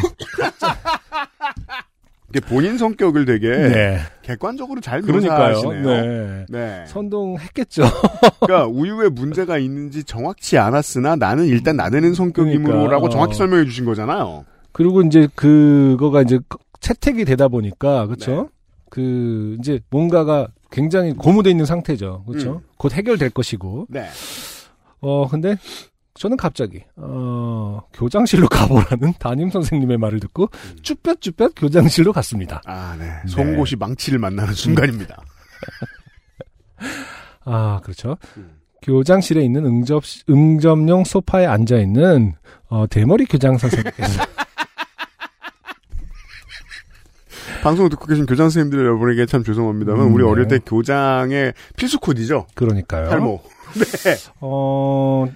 이게 본인 성격을 되게 네. 객관적으로 잘 그러니까요. 묘사하시네요. 네. 네. 선동했겠죠. 그러니까 우유에 문제가 있는지 정확치 않았으나 나는 일단 나대는 성격이므로라고 그러니까, 어. 정확히 설명해 주신 거잖아요. 그리고 이제 그거가 이제 채택이 되다 보니까 그렇죠. 그 이제 뭔가가 굉장히 고무돼 있는 상태죠. 그렇죠. 음. 곧 해결될 것이고. 네. 어 근데 저는 갑자기 어 교장실로 가보라는 담임 선생님의 말을 듣고 쭈뼛쭈뼛 교장실로 갔습니다. 아, 네. 네. 음. 송곳이 망치를 만나는 순간입니다. 아, 그렇죠. 교장실에 있는 응접, 응접용 소파에 앉아있는, 어, 대머리 교장 선생님께서. 방송을 듣고 계신 교장 선생님들 여러분에게 참 죄송합니다만 음, 우리 어릴 네. 때 교장의 필수 코디죠. 그러니까요. 탈모. 어,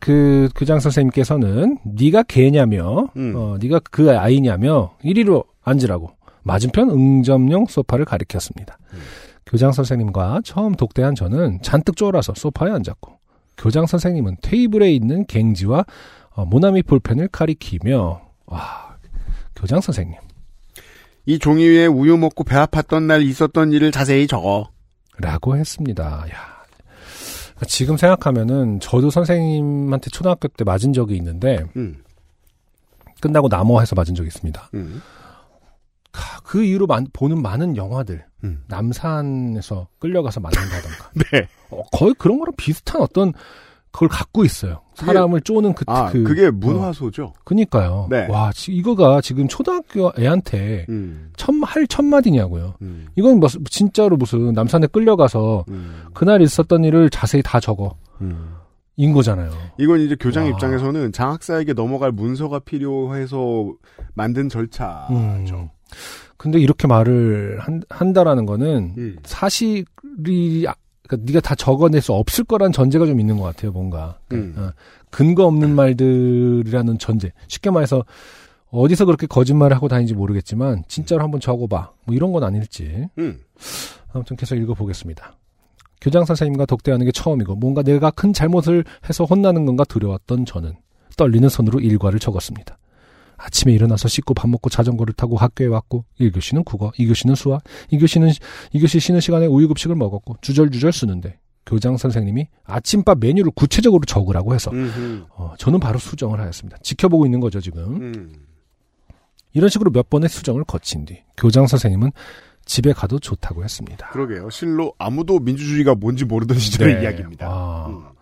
그 교장 선생님께서는 네가 개냐며, 음. 어, 네가 그 아이냐며 이리로 앉으라고 맞은편 응접용 소파를 가리켰습니다. 교장 선생님과 처음 독대한 저는 잔뜩 쫄아서 소파에 앉았고 교장 선생님은 테이블에 있는 갱지와 어, 모나미 볼펜을 가리키며 와 교장 선생님 이 종이 위에 우유 먹고 배 아팠던 날 있었던 일을 자세히 적어. 라고 했습니다. 야. 지금 생각하면은 저도 선생님한테 초등학교 때 맞은 적이 있는데 음. 끝나고 남아해서 맞은 적이 있습니다. 음. 아, 그 이후로 만- 보는 많은 영화들 음. 남산에서 끌려가서 맞는다던가 네. 어, 거의 그런 거랑 비슷한 어떤 그걸 갖고 있어요. 사람을 쪼는 그, 아, 그 그게 문화소죠. 그니까요. 네. 와 지- 이거가 지금 초등학교 애한테 음. 첫할 첫마디냐고요. 음. 이건 뭐 진짜로 무슨 남산에 끌려가서 음. 그날 있었던 일을 자세히 다 적어 음. 인 거잖아요. 이건 이제 교장 와. 입장에서는 장학사에게 넘어갈 문서가 필요해서 만든 절차. 음. 근데 이렇게 말을 한, 한다라는 거는 음. 사실이 아- 그러니까 네가 다 적어낼 수 없을 거란 전제가 좀 있는 것 같아요 뭔가 음. 어, 근거 없는 말들이라는 전제 쉽게 말해서 어디서 그렇게 거짓말을 하고 다니는지 모르겠지만 진짜로 한번 적어봐 뭐 이런 건 아닐지 음. 아무튼 계속 읽어보겠습니다 교장 선생님과 독대하는 게 처음이고 뭔가 내가 큰 잘못을 해서 혼나는 건가 두려웠던 저는 떨리는 손으로 일과를 적었습니다 아침에 일어나서 씻고 밥 먹고 자전거를 타고 학교에 왔고 1교시는 국어, 2교시는 수학, 2교시는 2교시 쉬는 시간에 우유급식을 먹었고 주절주절 쓰는데 교장 선생님이 아침밥 메뉴를 구체적으로 적으라고 해서 음. 어, 저는 바로 수정을 하였습니다. 지켜보고 있는 거죠 지금. 음. 이런 식으로 몇 번의 수정을 거친 뒤 교장 선생님은 집에 가도 좋다고 했습니다. 그러게요. 실로 아무도 민주주의가 뭔지 모르던 시절의 네. 이야기입니다. 아. 음.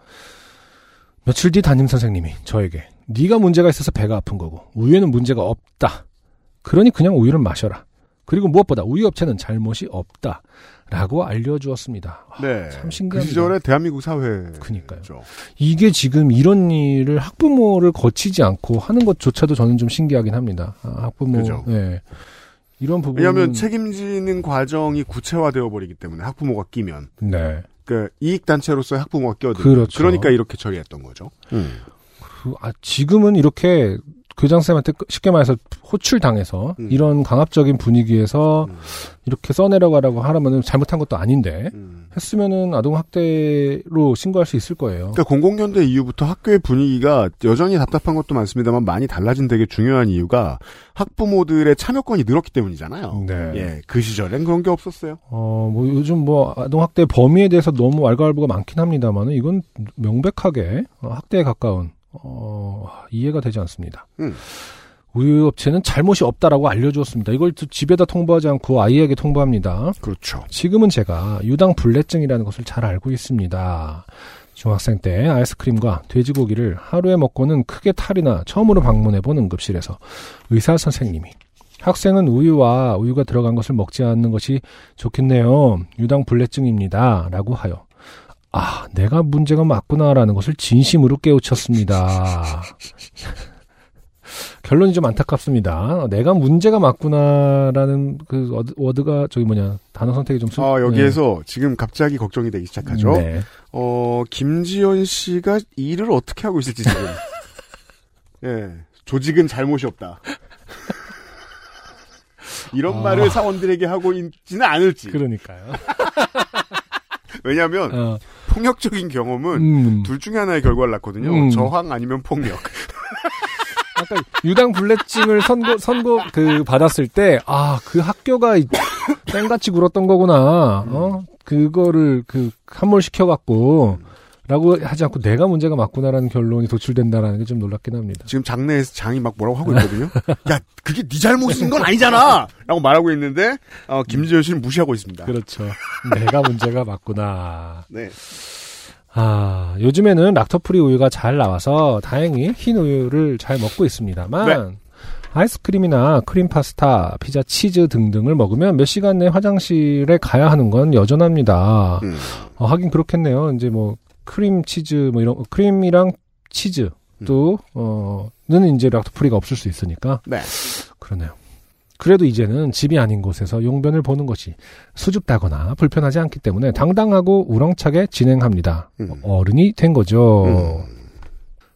며칠 뒤 담임 선생님이 저에게 네가 문제가 있어서 배가 아픈 거고 우유에는 문제가 없다. 그러니 그냥 우유를 마셔라. 그리고 무엇보다 우유 업체는 잘못이 없다라고 알려주었습니다. 아, 네. 참 그 신기합니다. 시절의 대한민국 사회. 그니까요. 죠 이게 지금 이런 일을 학부모를 거치지 않고 하는 것조차도 저는 좀 신기하긴 합니다. 아, 학부모. 그죠. 예. 이런 부분. 왜냐하면 책임지는 과정이 구체화되어 버리기 때문에 학부모가 끼면 네. 그 이익 단체로서 의 학부모가 끼어들. 그렇죠. 그러니까 이렇게 처리했던 거죠. 그, 아, 지금은 이렇게 교장쌤한테 끄- 쉽게 말해서 호출당해서 음. 이런 강압적인 분위기에서 음. 이렇게 써내려가라고 하라면 잘못한 것도 아닌데 음. 했으면은 아동학대로 신고할 수 있을 거예요. 그러니까 공공연대 이후부터 학교의 분위기가 여전히 답답한 것도 많습니다만 많이 달라진 되게 중요한 이유가 학부모들의 참여권이 늘었기 때문이잖아요. 네. 예, 그 시절엔 그런 게 없었어요. 어, 뭐 요즘 뭐 아동학대 범위에 대해서 너무 왈가왈부가 많긴 합니다만 이건 명백하게 어, 학대에 가까운 어, 이해가 되지 않습니다. 음. 우유업체는 잘못이 없다라고 알려주었습니다. 이걸 또 집에다 통보하지 않고 아이에게 통보합니다. 그렇죠. 지금은 제가 유당 불내증이라는 것을 잘 알고 있습니다. 중학생 때 아이스크림과 돼지고기를 하루에 먹고는 크게 탈이나 처음으로 방문해본 응급실에서 의사 선생님이 학생은 우유와 우유가 들어간 것을 먹지 않는 것이 좋겠네요. 유당 불내증입니다. 라고 하여 아, 내가 문제가 맞구나라는 것을 진심으로 깨우쳤습니다. 결론이 좀 안타깝습니다. 내가 문제가 맞구나라는 그 워드, 워드가 저기 뭐냐 단어 선택이 좀 슬- 아, 여기에서 지금 갑자기 걱정이 되기 네. 시작하죠. 네. 어, 김지연 씨가 일을 어떻게 하고 있을지 지금. 예. 조직은 잘못이 없다. 이런 아. 말을 사원들에게 하고 있지는 않을지. 그러니까요. 왜냐면, 하 어, 폭력적인 경험은 음. 둘 중에 하나의 결과를 낳거든요. 음. 저항 아니면 폭력. 아까 유당 불내증을 선고 선고 그 받았을 때 아 그 학교가 이- 땡같이 굴었던 거구나. 어 그거를 그 함몰 시켜갖고. 라고 하지 않고 내가 문제가 맞구나라는 결론이 도출된다라는 게 좀 놀랍긴 합니다. 지금 장내에서 장이 막 뭐라고 하고 있거든요. 야, 그게 네 잘못인 건 아니잖아! 라고 말하고 있는데, 어, 김지연 씨는 무시하고 있습니다. 그렇죠. 내가 문제가 맞구나. 네. 아, 요즘에는 락토프리 우유가 잘 나와서 다행히 흰 우유를 잘 먹고 있습니다만 아이스크림이나 크림 파스타, 피자, 치즈 등등을 먹으면 몇 시간 내 화장실에 가야 하는 건 여전합니다. 음. 어, 하긴 그렇겠네요. 이제 뭐 크림 치즈 뭐 이런 크림이랑 치즈 음. 또 어는 이제 락토프리가 없을 수 있으니까 네. 그러네요. 그래도 이제는 집이 아닌 곳에서 용변을 보는 것이 수줍다거나 불편하지 않기 때문에 당당하고 우렁차게 진행합니다. 음. 어른이 된 거죠. 음.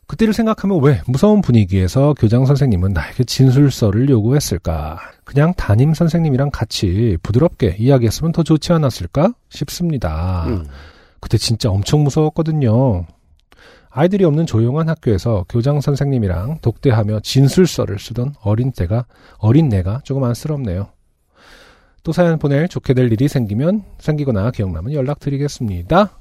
그때를 생각하면 왜 무서운 분위기에서 교장 선생님은 나에게 진술서를 요구했을까? 그냥 담임 선생님이랑 같이 부드럽게 이야기했으면 더 좋지 않았을까 싶습니다. 음. 그때 진짜 엄청 무서웠거든요. 아이들이 없는 조용한 학교에서 교장 선생님이랑 독대하며 진술서를 쓰던 어린 때가 어린 내가 조금 안쓰럽네요. 또 사연 보낼 좋게 될 일이 생기면 생기거나 기억나면 연락드리겠습니다.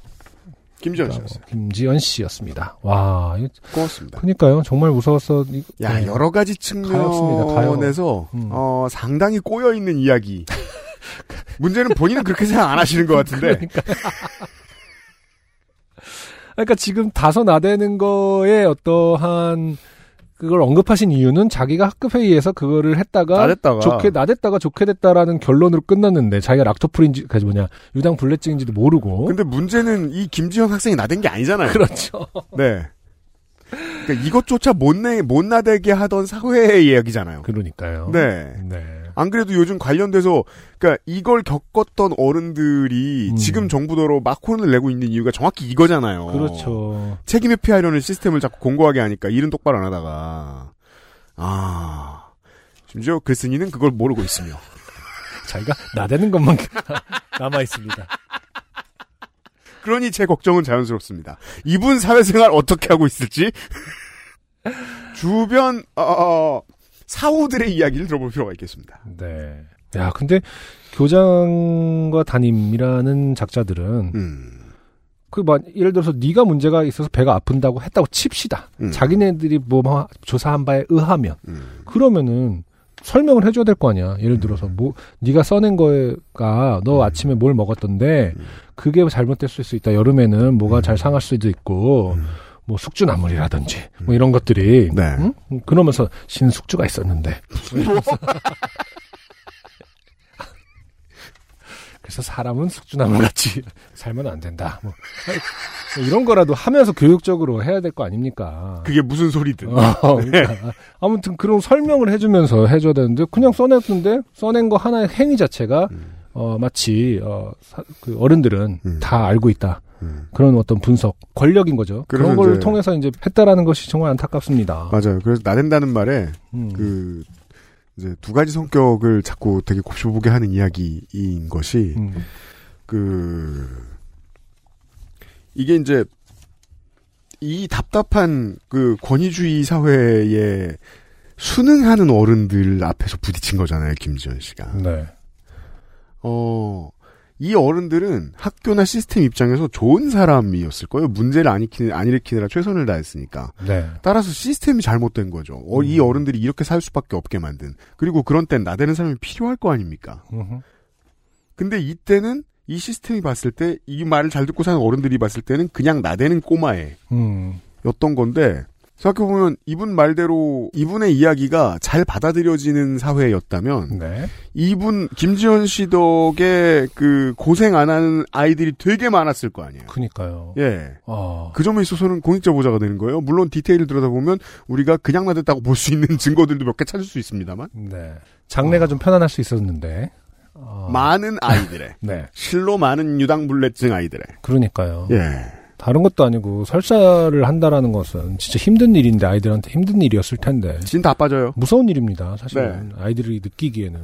김지연 씨였어요. 김지연 씨였습니다. 와, 이거 그러니까 뭐 고맙습니다. 그니까요. 정말 무서웠어. 이- 야, 네. 여러 가지 가엾습니다, 가요. 측면에서 음. 어, 상당히 꼬여 있는 이야기. 문제는 본인은 그렇게 생각 안 하시는 것 같은데. 그러니까 지금 다소 나대는 거에 어떠한 그걸 언급하신 이유는 자기가 학급 회의에서 그거를 했다가 나댔다가. 좋게 나댔다가 좋게 됐다라는 결론으로 끝났는데 자기가 락토프린지 그 뭐냐 유당 불내증인지도 모르고 근데 문제는 이 김지현 학생이 나댄 게 아니잖아요. 그렇죠. 네. 그러니까 이것조차 못, 내, 못 나대게 하던 사회의 이야기잖아요. 그러니까요. 네. 네. 안 그래도 요즘 관련돼서 그러니까 이걸 겪었던 어른들이 음. 지금 정부도로 막 혼을 내고 있는 이유가 정확히 이거잖아요. 그렇죠. 책임에 피하려는 시스템을 자꾸 공고하게 하니까 일은 똑바로 안 하다가 아 심지어 글쓴이는 그걸 모르고 있으며 자기가 나대는 것만 남아 있습니다. 그러니 제 걱정은 자연스럽습니다. 이분 사회생활 어떻게 하고 있을지 주변 어, 어, 사우들의 이야기를 들어볼 필요가 있겠습니다. 네. 야, 근데 교장과 담임이라는 작자들은 음, 그뭐 예를 들어서 네가 문제가 있어서 배가 아픈다고 했다고 칩시다. 음. 자기네들이 뭐 하- 조사한 바에 의하면 음. 그러면은 설명을 해줘야 될 거 아니야. 예를 들어서 뭐 네가 써낸 거가 음. 너 아침에 뭘 먹었던데 그게 잘못됐을 수 있다. 여름에는 뭐가 음. 잘 상할 수도 있고 뭐 숙주나물이라든지 뭐 이런 것들이 음. 네. 응? 그러면서 신숙주가 있었는데 그래서 사람은 숙주나물 같이 살면 안 된다. 뭐. 뭐 이런 거라도 하면서 교육적으로 해야 될 거 아닙니까? 그게 무슨 소리든. 어, 그러니까. 아무튼 그런 설명을 해주면서 해줘야 되는데 그냥 써냈는데 써낸 거 하나의 행위 자체가 어, 마치 어, 사- 그 어른들은 음. 다 알고 있다 음. 그런 어떤 분석 권력인 거죠 그래서 그런 걸 이제- 통해서 이제 했다라는 것이 정말 안타깝습니다. 맞아요. 그래서 나댄다는 말에 음. 그 이제 두 가지 성격을 자꾸 되게 곱씹어보게 하는 이야기인 것이 음. 그 이게 이제 이 답답한 그 권위주의 사회에 순응하는 어른들 앞에서 부딪힌 거잖아요, 김지현 씨가. 네. 어, 이 어른들은 학교나 시스템 입장에서 좋은 사람이었을 거예요. 문제를 안, 일으키, 안 일으키느라 최선을 다했으니까. 네. 따라서 시스템이 잘못된 거죠. 어, 이 어른들이 이렇게 살 수밖에 없게 만든. 그리고 그런 땐 나대는 사람이 필요할 거 아닙니까? 음흠. 근데 이때는 이 시스템이 봤을 때, 이 말을 잘 듣고 사는 어른들이 봤을 때는 그냥 나대는 꼬마애. 음. 였던 건데 생각해보면 이분 말대로 이분의 이야기가 잘 받아들여지는 사회였다면 네. 이분 김지현 씨 덕에 그 고생 안 하는 아이들이 되게 많았을 거 아니에요. 그니까요. 예. 어. 그 점에 있어서는 공익자 보좌가 되는 거예요. 물론 디테일을 들여다보면 우리가 그냥 나댔다고 볼 수 있는 증거들도 몇 개 찾을 수 있습니다만 네. 장래가 좀 편안할 수 있었는데. 어. 많은 아이들의 네. 실로 많은 유당불내증 아이들의 그러니까요. 예. 다른 것도 아니고 설사를 한다라는 것은 진짜 힘든 일인데 아이들한테 힘든 일이었을 텐데 진 다 빠져요. 무서운 일입니다. 네. 사실은 아이들이 느끼기에는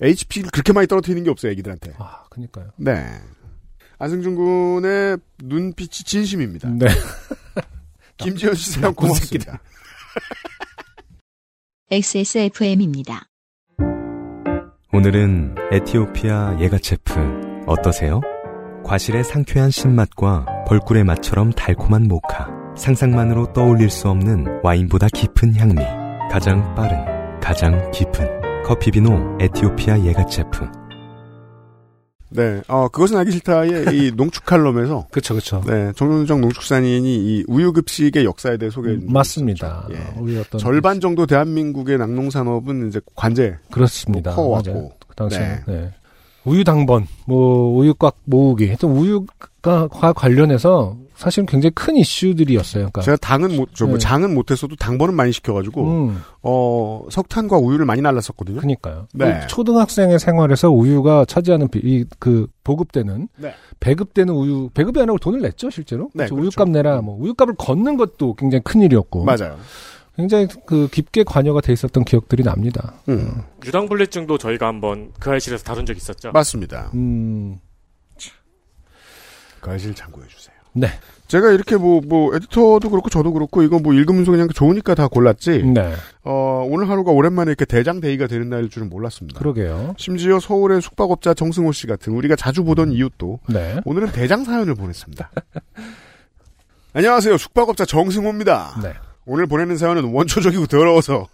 HP를 그렇게 많이 떨어뜨리는 게 없어요. 애기들한테. 아 그니까요. 네. 안승준 군의 눈빛이 진심입니다. 네. 김지현 씨 사랑 나쁜 고맙습니다. XSFM입니다. 오늘은 에티오피아 예가체프 어떠세요? 과실의 상쾌한 신맛과 벌꿀의 맛처럼 달콤한 모카. 상상만으로 떠올릴 수 없는 와인보다 깊은 향미. 가장 빠른, 가장 깊은 커피비노 에티오피아 예가체프. 네, 어, 그것은 알기 싫다의 이 농축 칼럼에서 그렇죠, 그렇죠. 네, 정윤정 농축산인이 이 우유급식의 역사에 대해 소개해 주셨죠. 음, 맞습니다. 예. 우리 어떤 절반 정도 대한민국의 낙농산업은 이제 관제 그렇습니다. 커왔고. 맞아요. 그 당시에 네. 우유 당번, 뭐 우유곽 모으기, 하여튼 우유가 과 관련해서 사실은 굉장히 큰 이슈들이었어요. 그러니까 제가 뭐 당은 못, 저뭐 네. 장은 못했어도 당번은 많이 시켜가지고 음, 어 석탄과 우유를 많이 날랐었거든요. 그니까요. 네. 초등학생의 생활에서 우유가 차지하는 비, 이, 그 보급되는 네. 배급되는 우유 배급이 아니고 돈을 냈죠 실제로. 네, 그래서 그렇죠. 우유값 내라, 뭐 우유값을 걷는 것도 굉장히 큰 일이었고, 맞아요. 굉장히 그 깊게 관여가 돼 있었던 기억들이 납니다. 음, 유당불내증도 저희가 한번 그 아이실에서 다룬 적 있었죠. 맞습니다. 음, 과실 참고해 주세요. 네. 제가 이렇게 뭐, 뭐, 에디터도 그렇고 저도 그렇고 이거 뭐 읽으면서 그냥 좋으니까 다 골랐지. 네, 어, 오늘 하루가 오랜만에 이렇게 대장데이가 되는 날일 줄은 몰랐습니다. 그러게요. 심지어 서울의 숙박업자 정승호 씨 같은 우리가 자주 보던 이웃도 네, 오늘은 대장 사연을 보냈습니다. 안녕하세요. 숙박업자 정승호입니다. 네. 오늘 보내는 사연은 원초적이고 더러워서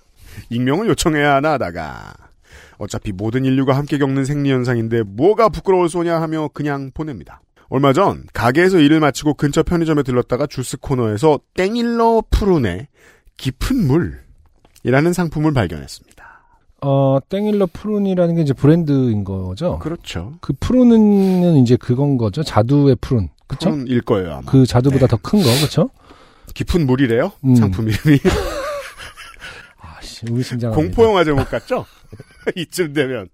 익명을 요청해야 하나 하다가 어차피 모든 인류가 함께 겪는 생리현상인데 뭐가 부끄러울 소냐 하며 그냥 보냅니다. 얼마 전 가게에서 일을 마치고 근처 편의점에 들렀다가 주스 코너에서 땡일러 푸른의 깊은 물이라는 상품을 발견했습니다. 어, 땡일러 푸른이라는 게 이제 브랜드인 거죠. 그, 그렇죠. 푸른은 이제 그건 거죠. 자두의 푸른. 그쵸? 푸른일 네. 거예요 아마. 그 자두보다 더 큰 거, 그쵸? 깊은 물이래요. 음. 상품 이름이. 아씨, 의심장. 공포영화 제목 같죠? 이쯤 되면.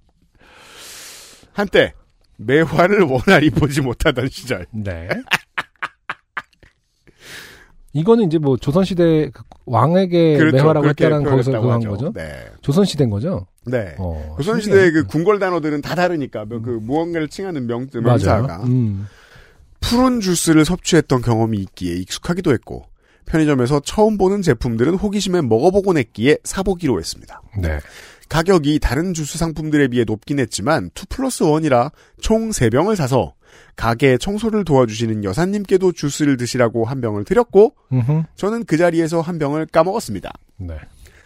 한때, 매화를 원활히 보지 못하던 시절. 네. 이거는 이제 뭐 조선시대 그 왕에게 매화라고 그렇죠. 그렇게 했다라는 거기서 표현했다고 그거 한 하죠. 거죠. 네. 조선시대인 거죠? 네. 어, 조선시대의 신기해. 음. 그 궁궐 단어들은 다 다르니까, 뭐 그, 무언가를 칭하는 명, 명사가. 맞아요. 음. 푸른 주스를 섭취했던 경험이 있기에 익숙하기도 했고, 편의점에서 처음 보는 제품들은 호기심에 먹어보곤 했기에 사보기로 했습니다. 네. 가격이 다른 주스 상품들에 비해 높긴 했지만 2 플러스 1이라 총 3병을 사서 가게 청소를 도와주시는 여사님께도 주스를 드시라고 한 병을 드렸고 음흠. 저는 그 자리에서 한 병을 까먹었습니다. 네.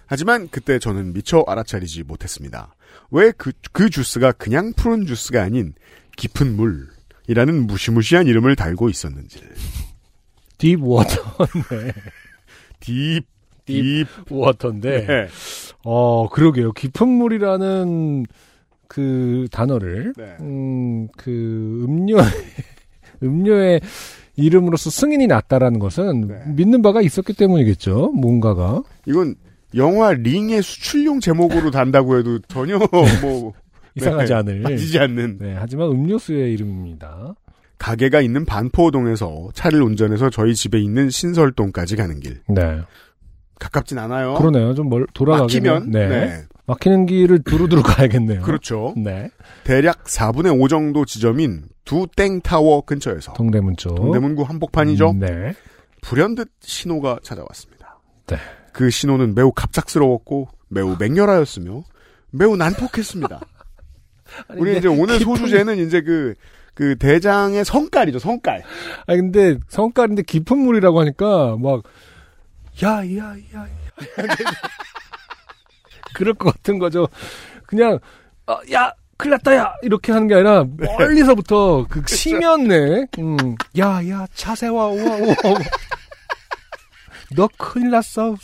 하지만 그때 저는 미처 알아차리지 못했습니다. 왜 그 그 주스가 그냥 푸른 주스가 아닌 깊은 물이라는 무시무시한 이름을 달고 있었는지. 딥 워터인데. 딥 딥. 딥. 워터인데. 네. 어, 그러게요. 깊은 물이라는 그 단어를 네. 음, 그 음료 음료의 이름으로서 승인이 났다라는 것은 네. 믿는 바가 있었기 때문이겠죠. 뭔가가. 이건 영화 링의 수출용 제목으로 단다고 해도 전혀 뭐 이상하지 네, 않을. 빠지지 않는 네, 하지만 음료수의 이름입니다. 가게가 있는 반포동에서 차를 운전해서 저희 집에 있는 신설동까지 가는 길 네. 가깝진 않아요. 어? 그러네요. 좀 멀, 돌아가기면. 막히면 네. 네. 막히는 길을 두루두루 가야겠네요. 그렇죠. 네. 대략 4분의 5 정도 지점인 두 땡 타워 근처에서 동대문 쪽. 동대문구 한복판이죠. 네. 불현듯 신호가 찾아왔습니다. 네. 그 신호는 매우 갑작스러웠고 매우 맹렬하였으며 매우 난폭했습니다. 우리 이제 오늘 소주제는 이제 그, 그 대장의 성깔이죠, 성깔. 아 근데 성깔인데 깊은 물이라고 하니까 막 야야야 야, 야. 그럴 것 같은 거죠. 그냥 어, 야 큰일났다야 이렇게 하는 게 아니라 멀리서부터 그 심연네. 음, 야야 차 세워 우와 우와. 우와. 너 큰일 났어.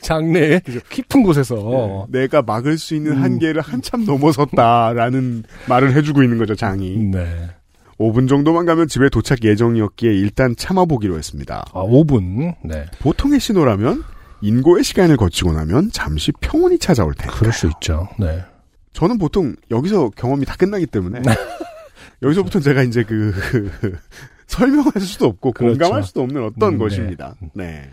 장내 깊은 곳에서 내가 막을 수 있는 음. 한계를 한참 넘어섰다라는 말을 해주고 있는 거죠, 장이. 네. 5분 정도만 가면 집에 도착 예정이었기에 일단 참아보기로 했습니다. 아 5분. 네. 보통의 신호라면 인고의 시간을 거치고 나면 잠시 평온이 찾아올 텐데. 그럴 수 있죠. 네. 저는 보통 여기서 경험이 다 끝나기 때문에 여기서부터 제가 이제 그 설명할 수도 없고 그렇죠. 공감할 수도 없는 어떤 음, 네. 것입니다. 네.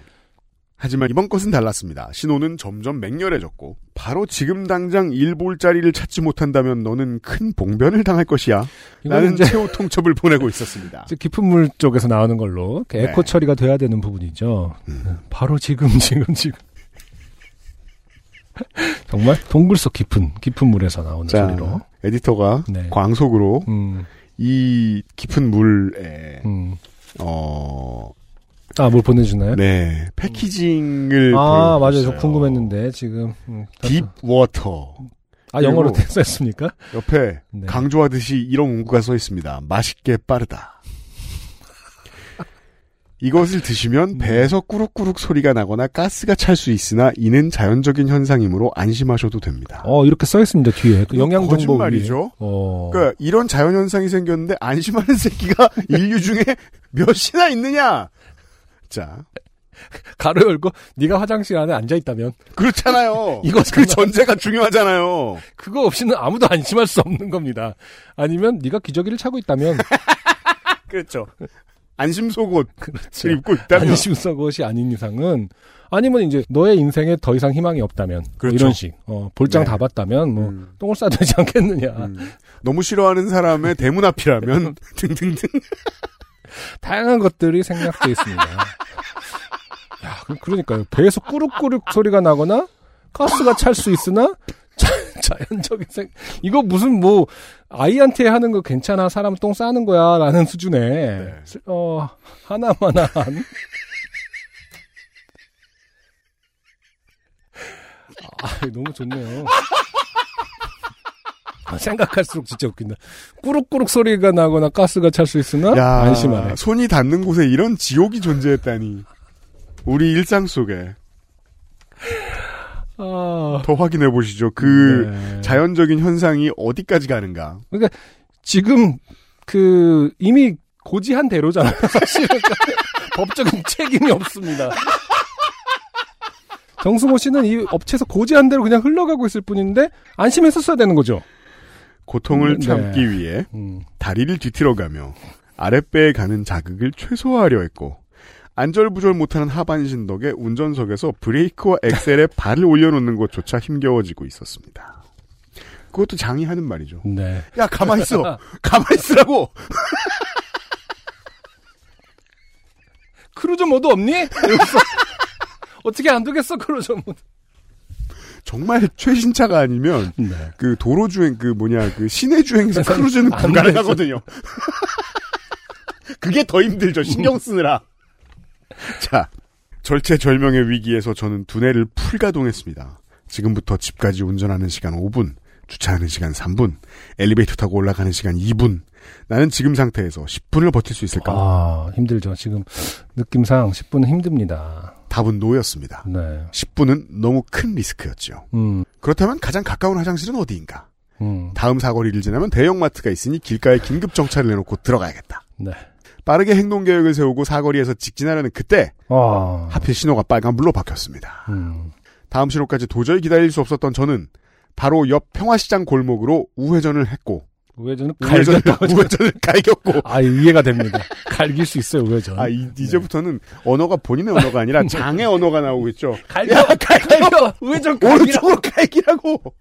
하지만 이번 것은 달랐습니다. 신호는 점점 맹렬해졌고 바로 지금 당장 일볼짜리를 찾지 못한다면 너는 큰 봉변을 당할 것이야. 이건 나는 이제 최후 통첩을 보내고 있었습니다. 이제 깊은 물 쪽에서 나오는 걸로 이렇게 에코 네. 음. 처리가 돼야 되는 부분이죠. 바로 지금 지금 지금 정말 동굴 속 깊은 깊은 물에서 나오는 소리로. 에디터가 네. 광속으로 음, 이 깊은 물에 음. 어, 아뭘 보내주나요? 네 패키징을 아 맞아요. 저 보여주셨어요. 궁금했는데 지금 음, 딥 워터 아 영어로 그리고- 됐었습니까? 옆에 네. 강조하듯이 이런 문구가 써 있습니다. 맛있게 빠르다. 이것을 음. 드시면 배에서 꾸룩꾸룩 소리가 나거나 가스가 찰 수 있으나 이는 자연적인 현상이므로 안심하셔도 됩니다. 어 이렇게 써 있습니다 뒤에 그 영양 정보 위에. 거짓말이죠. 어. 그러니까 이런 자연 현상이 생겼는데 안심하는 새끼가 인류 중에 몇이나 있느냐? 자, 가로 열고 네가 화장실 안에 앉아 있다면 그렇잖아요. 이거잖아. 그 전제가 중요하잖아요. 그거 없이는 아무도 안심할 수 없는 겁니다. 아니면 네가 기저귀를 차고 있다면 그렇죠. 안심 속옷을 그렇죠. 입고 있다면 안심 속옷이 아닌 이상은 아니면 이제 너의 인생에 더 이상 희망이 없다면 뭐 그렇죠. 이런 식 어, 볼장 네. 다 봤다면 뭐 음. 똥을 싸도 되지 않겠느냐 음. 너무 싫어하는 사람의 대문 앞이라면 등등등 다양한 것들이 생략돼 있습니다. 야 그- 그러니까요 배에서 꾸룩꾸룩 소리가 나거나 가스가 찰 수 있으나 자, 자연적인 생 이거 무슨 뭐 아이한테 하는 거 괜찮아 사람 똥 싸는 거야라는 수준의 슬- 어 하나만한 아, 너무 좋네요. 아, 생각할수록 진짜 웃긴다. 꾸룩꾸룩 소리가 나거나 가스가 찰 수 있으나 안심하래. 손이 닿는 곳에 이런 지옥이 존재했다니 우리 일상 속에 아, 더 확인해 보시죠 그 네. 자연적인 현상이 어디까지 가는가 지금 그 이미 고지한 대로잖아요. 사실은 법적인 책임이 없습니다. 정승호 씨는 이 업체에서 고지한 대로 그냥 흘러가고 있을 뿐인데 안심했었어야 되는 거죠. 고통을 네. 참기 위해 음. 다리를 뒤틀어가며 아랫배에 가는 자극을 최소화하려 했고 안절부절 못하는 하반신 덕에 운전석에서 브레이크와 엑셀에 발을 올려놓는 것조차 힘겨워지고 있었습니다. 그것도 장이 하는 말이죠. 네. 야 가만 있어, 가만 있으라고. 크루즈 모드 없니? 이러면서 어떻게 안 되겠어 크루즈 모드. 정말 최신차가 아니면 네. 그 도로 주행 그 뭐냐 그 시내 주행에서 크루즈는 안 불가능하거든요. 그게 더 힘들죠 음. 신경 쓰느라. 자 절체절명의 위기에서 저는 두뇌를 풀가동했습니다. 지금부터 집까지 운전하는 시간 5분, 주차하는 시간 3분, 엘리베이터 타고 올라가는 시간 2분. 나는 지금 상태에서 10분을 버틸 수 있을까? 아, 힘들죠. 지금 느낌상 10분은 힘듭니다. 답은 노였습니다. 네. 10분은 너무 큰 리스크였죠. 음, 그렇다면 가장 가까운 화장실은 어디인가? 음, 다음 사거리를 지나면 대형마트가 있으니 길가에 긴급 정차를 해놓고 들어가야겠다. 네. 빠르게 행동 계획을 세우고 사거리에서 직진하려는 그때 아, 하필 신호가 빨간불로 바뀌었습니다. 음, 다음 신호까지 도저히 기다릴 수 없었던 저는 바로 옆 평화시장 골목으로 우회전을 했고 우회전은 우회전을, 갈겼다고. 우회전을 갈겼고 아, 이해가 됩니다. 갈길 수 있어요, 우회전. 아 이, 제부터는 언어가 본인의 언어가 아니라 장의 언어가 나오겠죠. 갈겨, 갈겨, 우회전 갈기라. 오른쪽으로 갈기라고.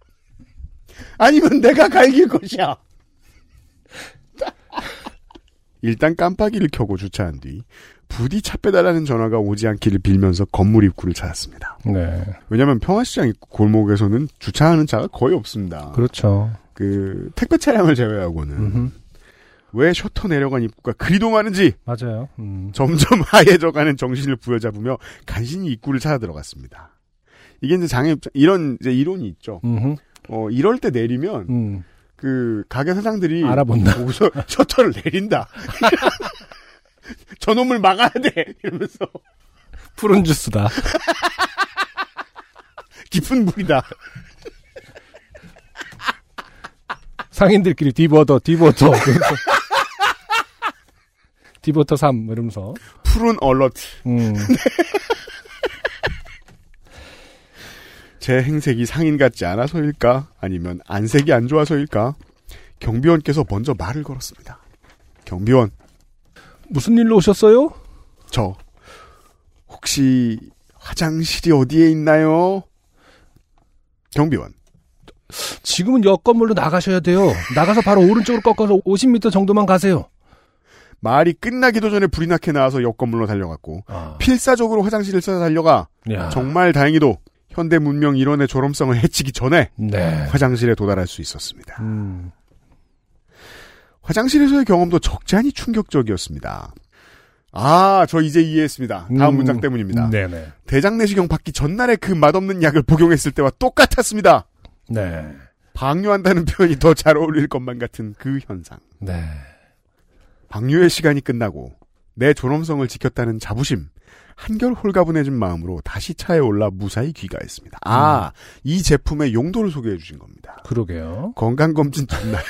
아니면 내가 갈길 것이야. 일단 깜빡이를 켜고 주차한 뒤 부디 차 빼달라는 전화가 오지 않기를 빌면서 건물 입구를 찾았습니다. 네, 왜냐하면 평화시장 입구 골목에서는 주차하는 차가 거의 없습니다. 그, 그렇죠. 택배 차량을 제외하고는 음흠. 왜 셔터 내려간 입구가 그리 동하는지 맞아요. 음, 점점 하얘져가는 정신을 부여잡으며 간신히 입구를 찾아 들어갔습니다. 이게 이제 장애 입장- 이런 이제 이론이 있죠. 음흠, 어, 이럴 때 내리면, 음, 그, 가게 사장들이. 알아본다. 보고서 셔터를 내린다. 저놈을 막아야 돼! 이러면서. 푸른 주스다. 깊은 물이다. 상인들끼리 디버더, 디버터. 그래서 디버터 3, 이러면서. 푸른 얼러트. 음, 제 행색이 상인 같지 않아서일까? 아니면 안색이 안 좋아서일까? 경비원께서 먼저 말을 걸었습니다. 경비원, 무슨 일로 오셨어요? 저, 혹시 화장실이 어디에 있나요? 경비원, 지금은 옆 건물로 나가셔야 돼요. 나가서 바로 오른쪽으로 꺾어서 50m 정도만 가세요. 말이 끝나기도 전에 불이 나게 나와서 옆 건물로 달려갔고, 아, 필사적으로 화장실을 찾아 달려가 야, 정말 다행히도 현대 문명 이론의 조럼성을 해치기 전에 네. 화장실에 도달할 수 있었습니다. 음, 화장실에서의 경험도 적잖이 충격적이었습니다. 아, 저 이제 이해했습니다. 다음 음, 문장 때문입니다. 네네. 대장내시경 받기 전날에 그 맛없는 약을 복용했을 때와 똑같았습니다. 네. 방뇨한다는 표현이 더 잘 어울릴 것만 같은 그 현상. 네. 방뇨의 시간이 끝나고 내 존엄성을 지켰다는 자부심, 한결 홀가분해진 마음으로 다시 차에 올라 무사히 귀가했습니다. 아, 이 제품의 용도를 소개해 주신 겁니다. 그러게요. 건강검진 전날.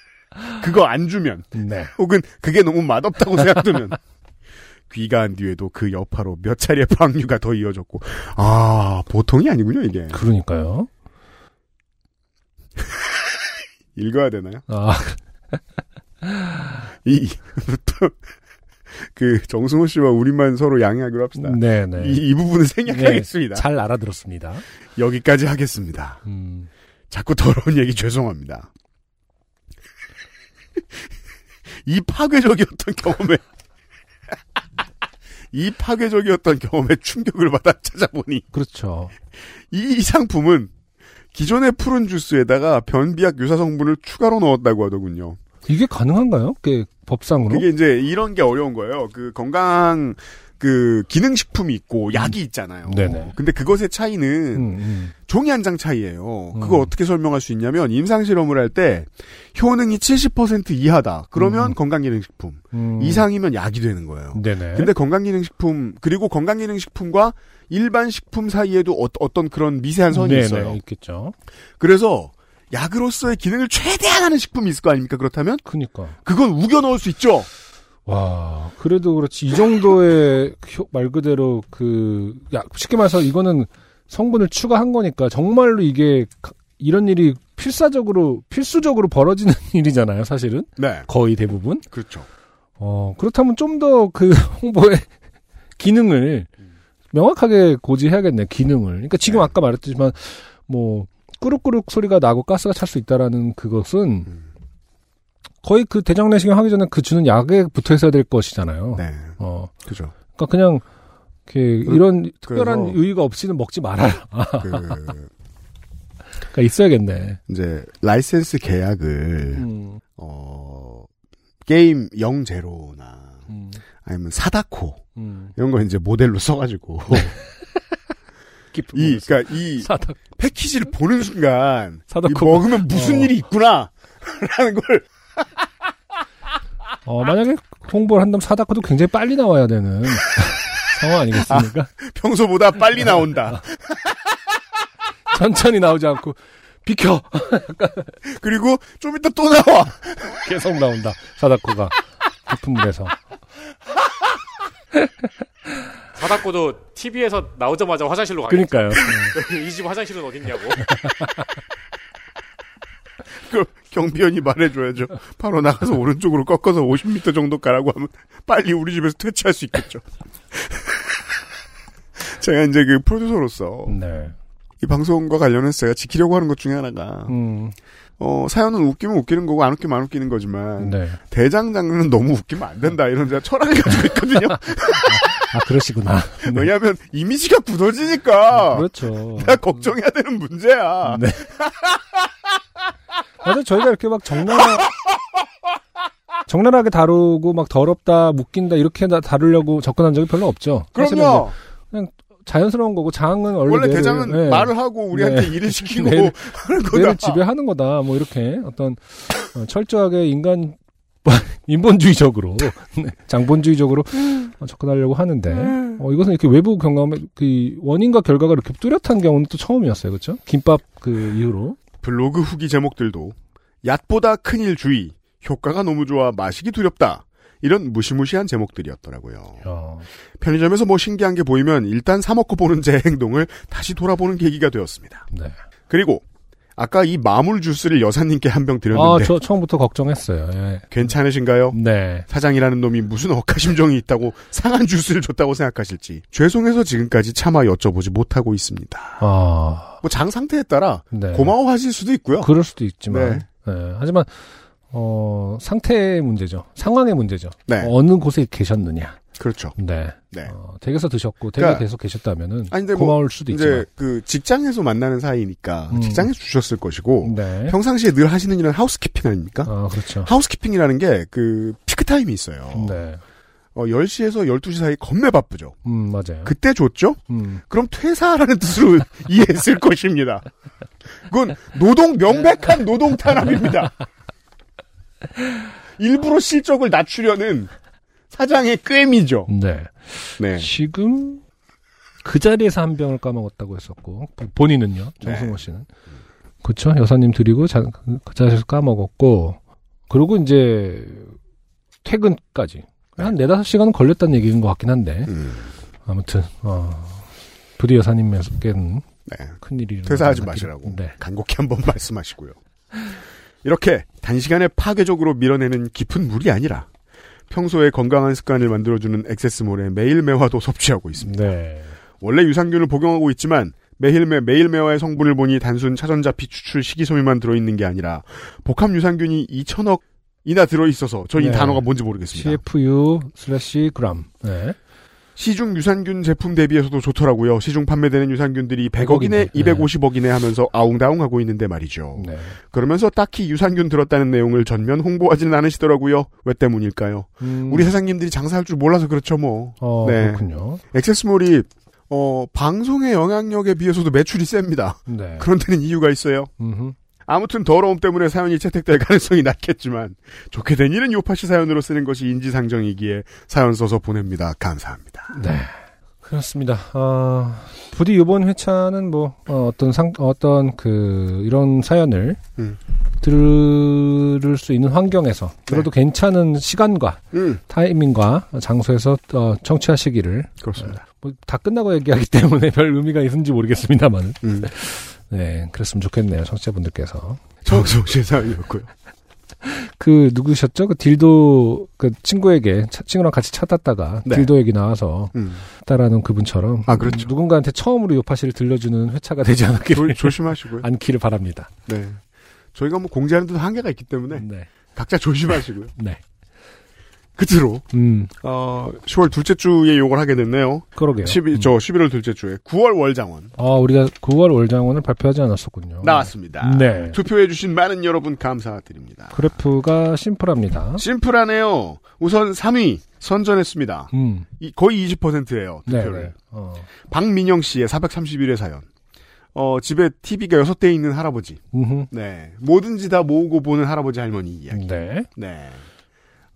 그거 안 주면, 네. 혹은 그게 너무 맛없다고 생각되면. 귀가한 뒤에도 그 여파로 몇 차례 방류가 더 이어졌고, 아, 보통이 아니군요, 이게. 그러니까요. 읽어야 되나요? 아, 이, 또, 그, 정승호 씨와 우리만 서로 양해하기로 합시다. 네네. 네, 이, 이 부분은 생략하겠습니다. 잘 알아들었습니다. 여기까지 하겠습니다. 음, 자꾸 더러운 얘기 죄송합니다. 이 파괴적이었던 경험에 이 파괴적이었던 경험에 충격을 받아 찾아보니 그렇죠. 이 상품은 기존의 푸른 주스에다가 변비약 유사 성분을 추가로 넣었다고 하더군요. 이게 가능한가요? 그 법상으로? 그게 이제 이런 게 어려운 거예요. 그 건강 그 기능 식품이 있고 약이 있잖아요. 네네. 근데 그것의 차이는 음, 음. 종이 한 장 차이예요. 음. 그걸 어떻게 설명할 수 있냐면 임상 실험을 할 때 효능이 70% 이하다. 그러면 음. 건강기능식품. 음. 이상이면 약이 되는 거예요. 네네. 근데 건강기능식품 그리고 건강기능식품과 일반 식품 사이에도 어, 떤 그런 미세한 선이 네네, 있어요. 있겠죠. 그래서 약으로서의 기능을 최대한 하는 식품이 있을 거 아닙니까? 그렇다면 그니까. 그건 우겨 넣을 수 있죠. 와, 그래도 그렇지. 이 정도의 효- 말 그대로 그, 야, 쉽게 말해서 이거는 성분을 추가한 거니까 정말로 이게 가- 이런 일이 필사적으로, 필수적으로 벌어지는 일이잖아요, 사실은. 네, 거의 대부분. 그렇죠. 어, 그렇다면 좀 더 그 홍보의 기능을 명확하게 고지해야겠네, 기능을. 그러니까 지금 네. 아까 말했지만, 뭐, 꾸룩꾸룩 소리가 나고 가스가 찰 수 있다라는 그것은 음. 거의 그 대장내시경 하기 전에 그 주는 약에 붙어 있어야 될 것이잖아요. 네, 어, 그죠. 그러니까 그냥 이렇게 이런 특별한 그래서- 유의가 없이는 먹지 말아라. 그 그러니까 있어야겠네. 이제 라이센스 계약을 음, 어 게임 영제로나 음, 아니면 사다코 음. 이런 거 이제 모델로 써가지고 깊은 이 곳에서. 그러니까 이 네, 사다 패키지를 보는 순간 사다코. 이 먹으면 무슨 어. 일이 있구나라는 걸 어, 만약에 홍보를 한다면 사다코도 굉장히 빨리 나와야 되는 상황 아니겠습니까? 평소보다 빨리 나온다. 천천히 나오지 않고 비켜 그리고 좀 이따 또 나와. 계속 나온다 사다코가 깊은 물에서 사다코도 TV에서 나오자마자 화장실로 가겠죠. 그러니까요. 이 집 화장실은 어딨냐고. 그 경비원이 말해줘야죠. 바로 나가서 오른쪽으로 꺾어서 50m 정도 가라고 하면 빨리 우리 집에서 퇴치할 수 있겠죠. 제가 이제 그 프로듀서로서 네. 이 방송과 관련해서 제가 지키려고 하는 것 중에 하나가 음, 어, 사연은 웃기면 웃기는 거고 안 웃기면 안 웃기는 거지만 네. 대장 장르는 너무 웃기면 안 된다 이런 제가 철학을 가지고 있거든요. 아 그러시구나. 네. 왜냐하면 이미지가 굳어지니까 그렇죠. 내가 걱정해야 되는 문제야. 네. 맞아 저희가 이렇게 막 정란 정란하게 다루고 막 더럽다 묶인다 이렇게 다- 다루려고 접근한 적이 별로 없죠. 사실은 이제 그럼요. 자연스러운 거고 장은 원래, 원래 뇌를- 대장은 네. 말을 하고 우리한테 네. 일을 시키고 뇌를- 하는 거다. 뇌를 지배하는 거다. 뭐 이렇게 어떤 어, 철저하게 인간 인본주의적으로 네, 장본주의적으로 어, 접근하려고 하는데 어, 이것은 이렇게 외부 경험의 그 원인과 결과가 이렇게 뚜렷한 경우는 또 처음이었어요, 그렇죠? 김밥 그 이후로 블로그 후기 제목들도 얕보다 큰일 주의, 효과가 너무 좋아 마시기 두렵다. 이런 무시무시한 제목들이었더라고요. 어, 편의점에서 뭐 신기한 게 보이면 일단 사먹고 보는 제 행동을 다시 돌아보는 계기가 되었습니다. 네. 그리고 아까 이 마물 주스를 여사님께 한 병 아, 드렸는데 저 처음부터 걱정했어요. 예. 괜찮으신가요? 네. 사장이라는 놈이 무슨 억하심정이 있다고 상한 주스를 줬다고 생각하실지 죄송해서 지금까지 차마 여쭤보지 못하고 있습니다. 아, 뭐 장 상태에 따라 네. 고마워하실 수도 있고요. 네. 그럴 수도 있지만, 예, 하지만 어, 상태의 문제죠, 상황의 문제죠. 네. 어느 곳에 계셨느냐. 그렇죠. 네. 네. 어, 댁에서 드셨고 댁에 그러니까- 계속 계셨다면은 아니, 근데 뭐 고마울 수도 이제 있지만. 그 직장에서 만나는 사이니까 음. 직장에서 주셨을 것이고 네. 뭐 평상시에 늘 하시는 일은 하우스키핑 아닙니까? 아 그렇죠. 하우스키핑이라는 게 그 피크 타임이 있어요. 네. 어, 10시에서 12시 사이 겁내 바쁘죠. 음 맞아요. 그때 줬죠? 음. 그럼 퇴사라는 뜻으로 이해했을 것입니다. 그건 노동 명백한 노동 탄압입니다. 일부러 실적을 낮추려는 사장의 꿰미죠. 네. 네. 지금 그 자리에서 한 병을 까먹었다고 했었고 본인은요 네. 정승호 씨는 그쵸 여사님 드리고 자, 그 자리에서 까먹었고 그리고 이제 퇴근까지 한 네다섯 시간은 걸렸다는 얘기인 것 같긴 한데 음, 아무튼 어, 부디 여사님께는 네. 큰일이 퇴사하지 일어나기를- 마시라고 네. 간곡히 한번 말씀하시고요. 이렇게 단시간에 파괴적으로 밀어내는 깊은 물이 아니라 평소에 건강한 습관을 만들어주는 액세스몰의 매일 매화도 섭취하고 있습니다. 네. 원래 유산균을 복용하고 있지만 매일 매 매일 매화의 성분을 보니 단순 차전자피 추출 식이섬유만 들어있는 게 아니라 복합 유산균이 2천억이나 들어있어서 저 이 네. 단어가 뭔지 모르겠습니다. CFU 슬래시 그람. 네. 시중 유산균 제품 대비해서도 좋더라고요. 시중 판매되는 유산균들이 100억이네, 100억 이네. 250억이네 하면서 아웅다웅하고 있는데 말이죠. 네. 그러면서 딱히 유산균 들었다는 내용을 전면 홍보하지는 않으시더라고요. 왜 때문일까요? 음, 우리 사장님들이 장사할 줄 몰라서 그렇죠 뭐. 어, 네. 그렇군요. 액세스몰이 어, 방송의 영향력에 비해서도 매출이 셉니다. 네. 그런 데는 이유가 있어요. 음흠. 아무튼 더러움 때문에 사연이 채택될 가능성이 낮겠지만 좋게 된 일은 요파시 사연으로 쓰는 것이 인지상정이기에 사연 써서 보냅니다. 감사합니다. 네. 그렇습니다. 아, 부디 이번 회차는 뭐 어, 떤 상, 어떤 그 이런 사연을 음. 들을 수 있는 환경에서 그래도 네. 괜찮은 시간과 음 타이밍과 장소에서 어, 청취하시기를 그렇습니다. 뭐다 끝나고 얘기하기 때문에 별 의미가 있는지 모르겠습니다만 음 네 그랬으면 좋겠네요 청취자분들께서 정성실 사연이었고요. 그 누구셨죠? 그 딜도 그 친구에게 차- 친구랑 같이 찾았다가 네. 딜도 얘기 나와서 음. 따라는 그분처럼 아, 그렇죠. 누군가한테 처음으로 요파시를 들려주는 회차가 되지 아. 않기를 조, 조심하시고요. 않기를 바랍니다. 네. 저희가 뭐 공지하는 데도 한계가 있기 때문에 네. 각자 조심하시고요. 네. 끝으로 음, 어, 10월 둘째 주에 요걸 하게 됐네요. 그러게요. 12, 저 11월 둘째 주에 9월 월장원 아, 우리가 9월 월장원을 발표하지 않았었군요. 나왔습니다. 네. 투표해주신 많은 여러분 감사드립니다. 그래프가 심플합니다. 심플하네요. 우선 3위 선전했습니다. 음, 이- 거의 20%예요. 네. 투표를. 네. 어, 박민영 씨의 431회 사연. 어, 집에 TV가 6대 있는 할아버지. 음흠. 네. 뭐든지 다 모으고 보는 할아버지 할머니 이야기. 네. 네.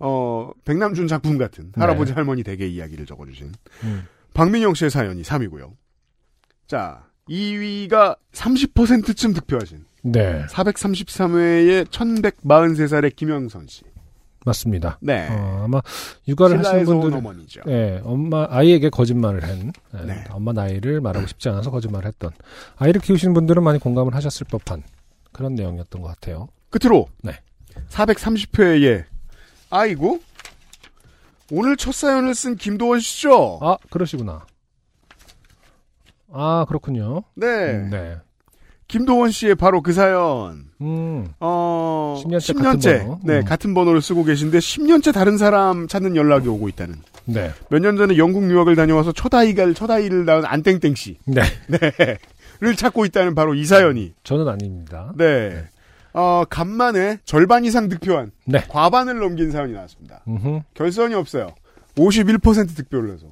어, 백남준 작품 같은 네. 할아버지 할머니 댁의 이야기를 적어주신 음. 박민영 씨의 사연이 3위고요. 자, 2위가 30%쯤 득표하신 네. 433회의 1143살의 김영선 씨. 맞습니다. 네. 어, 아마 육아를 하시는 신라에서 온 분들은 어머니죠. 예, 엄마 아이에게 거짓말을 한 예, 그러니까. 네. 엄마 나이를 말하고 싶지 않아서 거짓말을 했던 아이를 키우시는 분들은 많이 공감을 하셨을 법한 그런 내용이었던 것 같아요. 끝으로 네. 430회에 아이고 오늘 첫 사연을 쓴 김도원 씨죠. 아 그러시구나. 아 그렇군요. 네. 음, 네. 김도원 씨의 바로 그 사연. 음, 어, 10년째 10년째. 같은 번호. 네, 음. 같은 번호를 쓰고 계신데 10년째 다른 사람 찾는 연락이 오고 있다는. 네, 몇 년 전에 영국 유학을 다녀와서 첫 아이가 첫 아이를 낳은 안땡땡 씨를 네. 찾고 있다는 바로 이 사연이. 저는 아닙니다. 네. 어, 간만에 절반 이상 득표한 네. 과반을 넘긴 사연이 나왔습니다. 음흠. 결선이 없어요. 51% 득표를 해서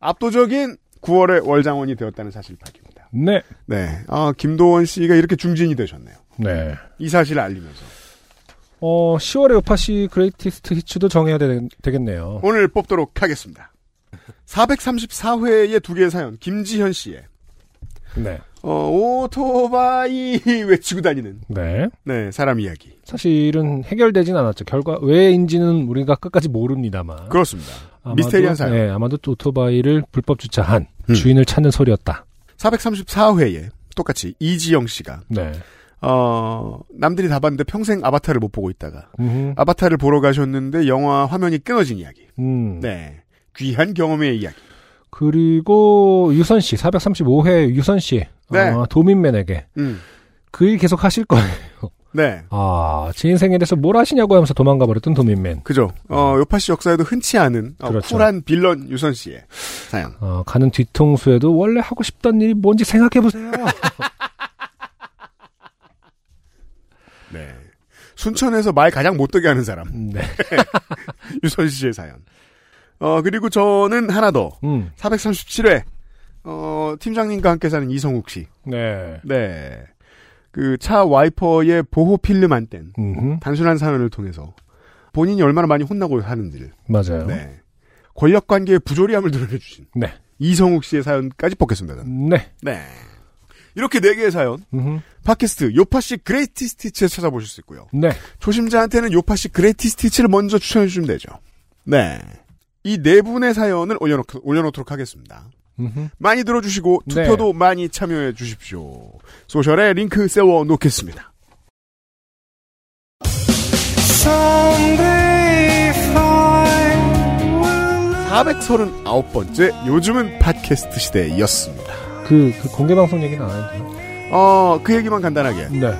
압도적인 9월의 월장원이 되었다는 사실을 밝힙니다. 네, 네, 아 김도원 씨가 이렇게 중진이 되셨네요. 네. 이 사실을 알리면서 어 10월에 요파시 그레이티스트 히츠도 정해야 되, 겠네요 오늘 뽑도록 하겠습니다. 434회의 두 개의 사연 김지현 씨의 네, 어, 오토바이 외치고 다니는 네. 네 사람 이야기 사실은 해결되진 않았죠. 결과 왜인지는 우리가 끝까지 모릅니다만. 그렇습니다. 아마도- 미스테리한 사연. 네, 아마도 또 오토바이를 불법 주차한 음. 주인을 찾는 소리였다. 434회에 똑같이 이지영 씨가 네. 어, 남들이 다 봤는데 평생 아바타를 못 보고 있다가 아바타를 보러 가셨는데 영화 화면이 끊어진 이야기. 음. 네. 귀한 경험의 이야기. 그리고 유선 씨, 435회 유선 씨. 네. 어, 도민맨에게 음. 그 일 계속 하실 거예요. 네. 아, 제 인생에 대해서 뭘 하시냐고 하면서 도망가 버렸던 도민맨. 그죠. 어, 요파 씨 역사에도 흔치 않은 음. 어, 그렇죠. 쿨한 빌런 유선 씨의 사연. 어, 가는 뒤통수에도 원래 하고 싶던 일이 뭔지 생각해 보세요. 네. 순천에서 말 가장 못되게 하는 사람. 네. 유선 씨의 사연. 어, 그리고 저는 하나 더. 음. 437회. 어, 팀장님과 함께 사는 이성욱 씨. 네. 네. 그 차 와이퍼의 보호 필름 안 뗀. 음. 단순한 사연을 통해서 본인이 얼마나 많이 혼나고 하는지를 맞아요. 네. 네. 권력 관계의 부조리함을 드러내 주신 네. 이성욱 씨의 사연까지 뽑겠습니다. 저는. 네. 이렇게 네 개의 사연 음. 팟캐스트 요파 씨 그레이티스트 치에 찾아보실 수 있고요. 네. 초심자한테는 요파 씨 그레이티스트 치를 먼저 추천해 주시면 되죠. 네. 이 네 분의 사연을 올려놓, 올려놓도록 하겠습니다. 음. 많이 들어주시고 네. 투표도 많이 참여해 주십시오. 소셜에 링크 세워 놓겠습니다. (439번째) 번째 요즘은 팟캐스트 시대였습니다. 그, 그 공개 방송 얘기는 안 해도 돼요. 어, 그 얘기만 간단하게 네.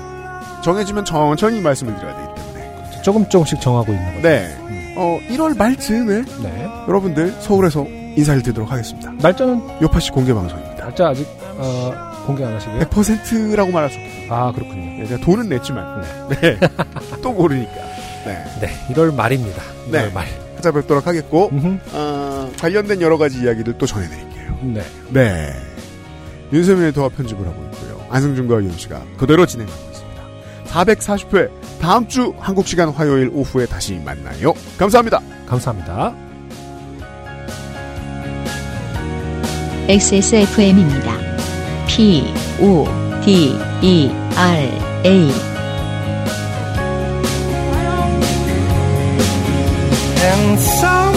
정해지면 천천히 말씀을 드려야 되기 때문에. 조금 조금씩 정하고 있는 거죠. 네. 어, 1월 말쯤에 네. 여러분들 서울에서 인사를 드리도록 하겠습니다. 날짜는 요파시 공개 방송입니다. 날짜 아직 어, 공개 안 하시고요? 100%라고 말할 수 없겠네요. 아 그렇군요. 예, 제가 돈은 냈지만. 네. 또 모르니까. 네. 네, 1월 말입니다. 1월 네. 말. 찾아뵙도록 하겠고, 음흠. 어, 관련된 여러 가지 이야기를 또 전해드릴게요. 네, 네. 윤세민의 도화 편집을 하고 있고요. 안승준과 유현 씨가 그대로 진행하고 있습니다. 440회 다음 주 한국 시간 화요일 오후에 다시 만나요. 감사합니다. 감사합니다. XSFM입니다. P, O, D, E, R, A. And so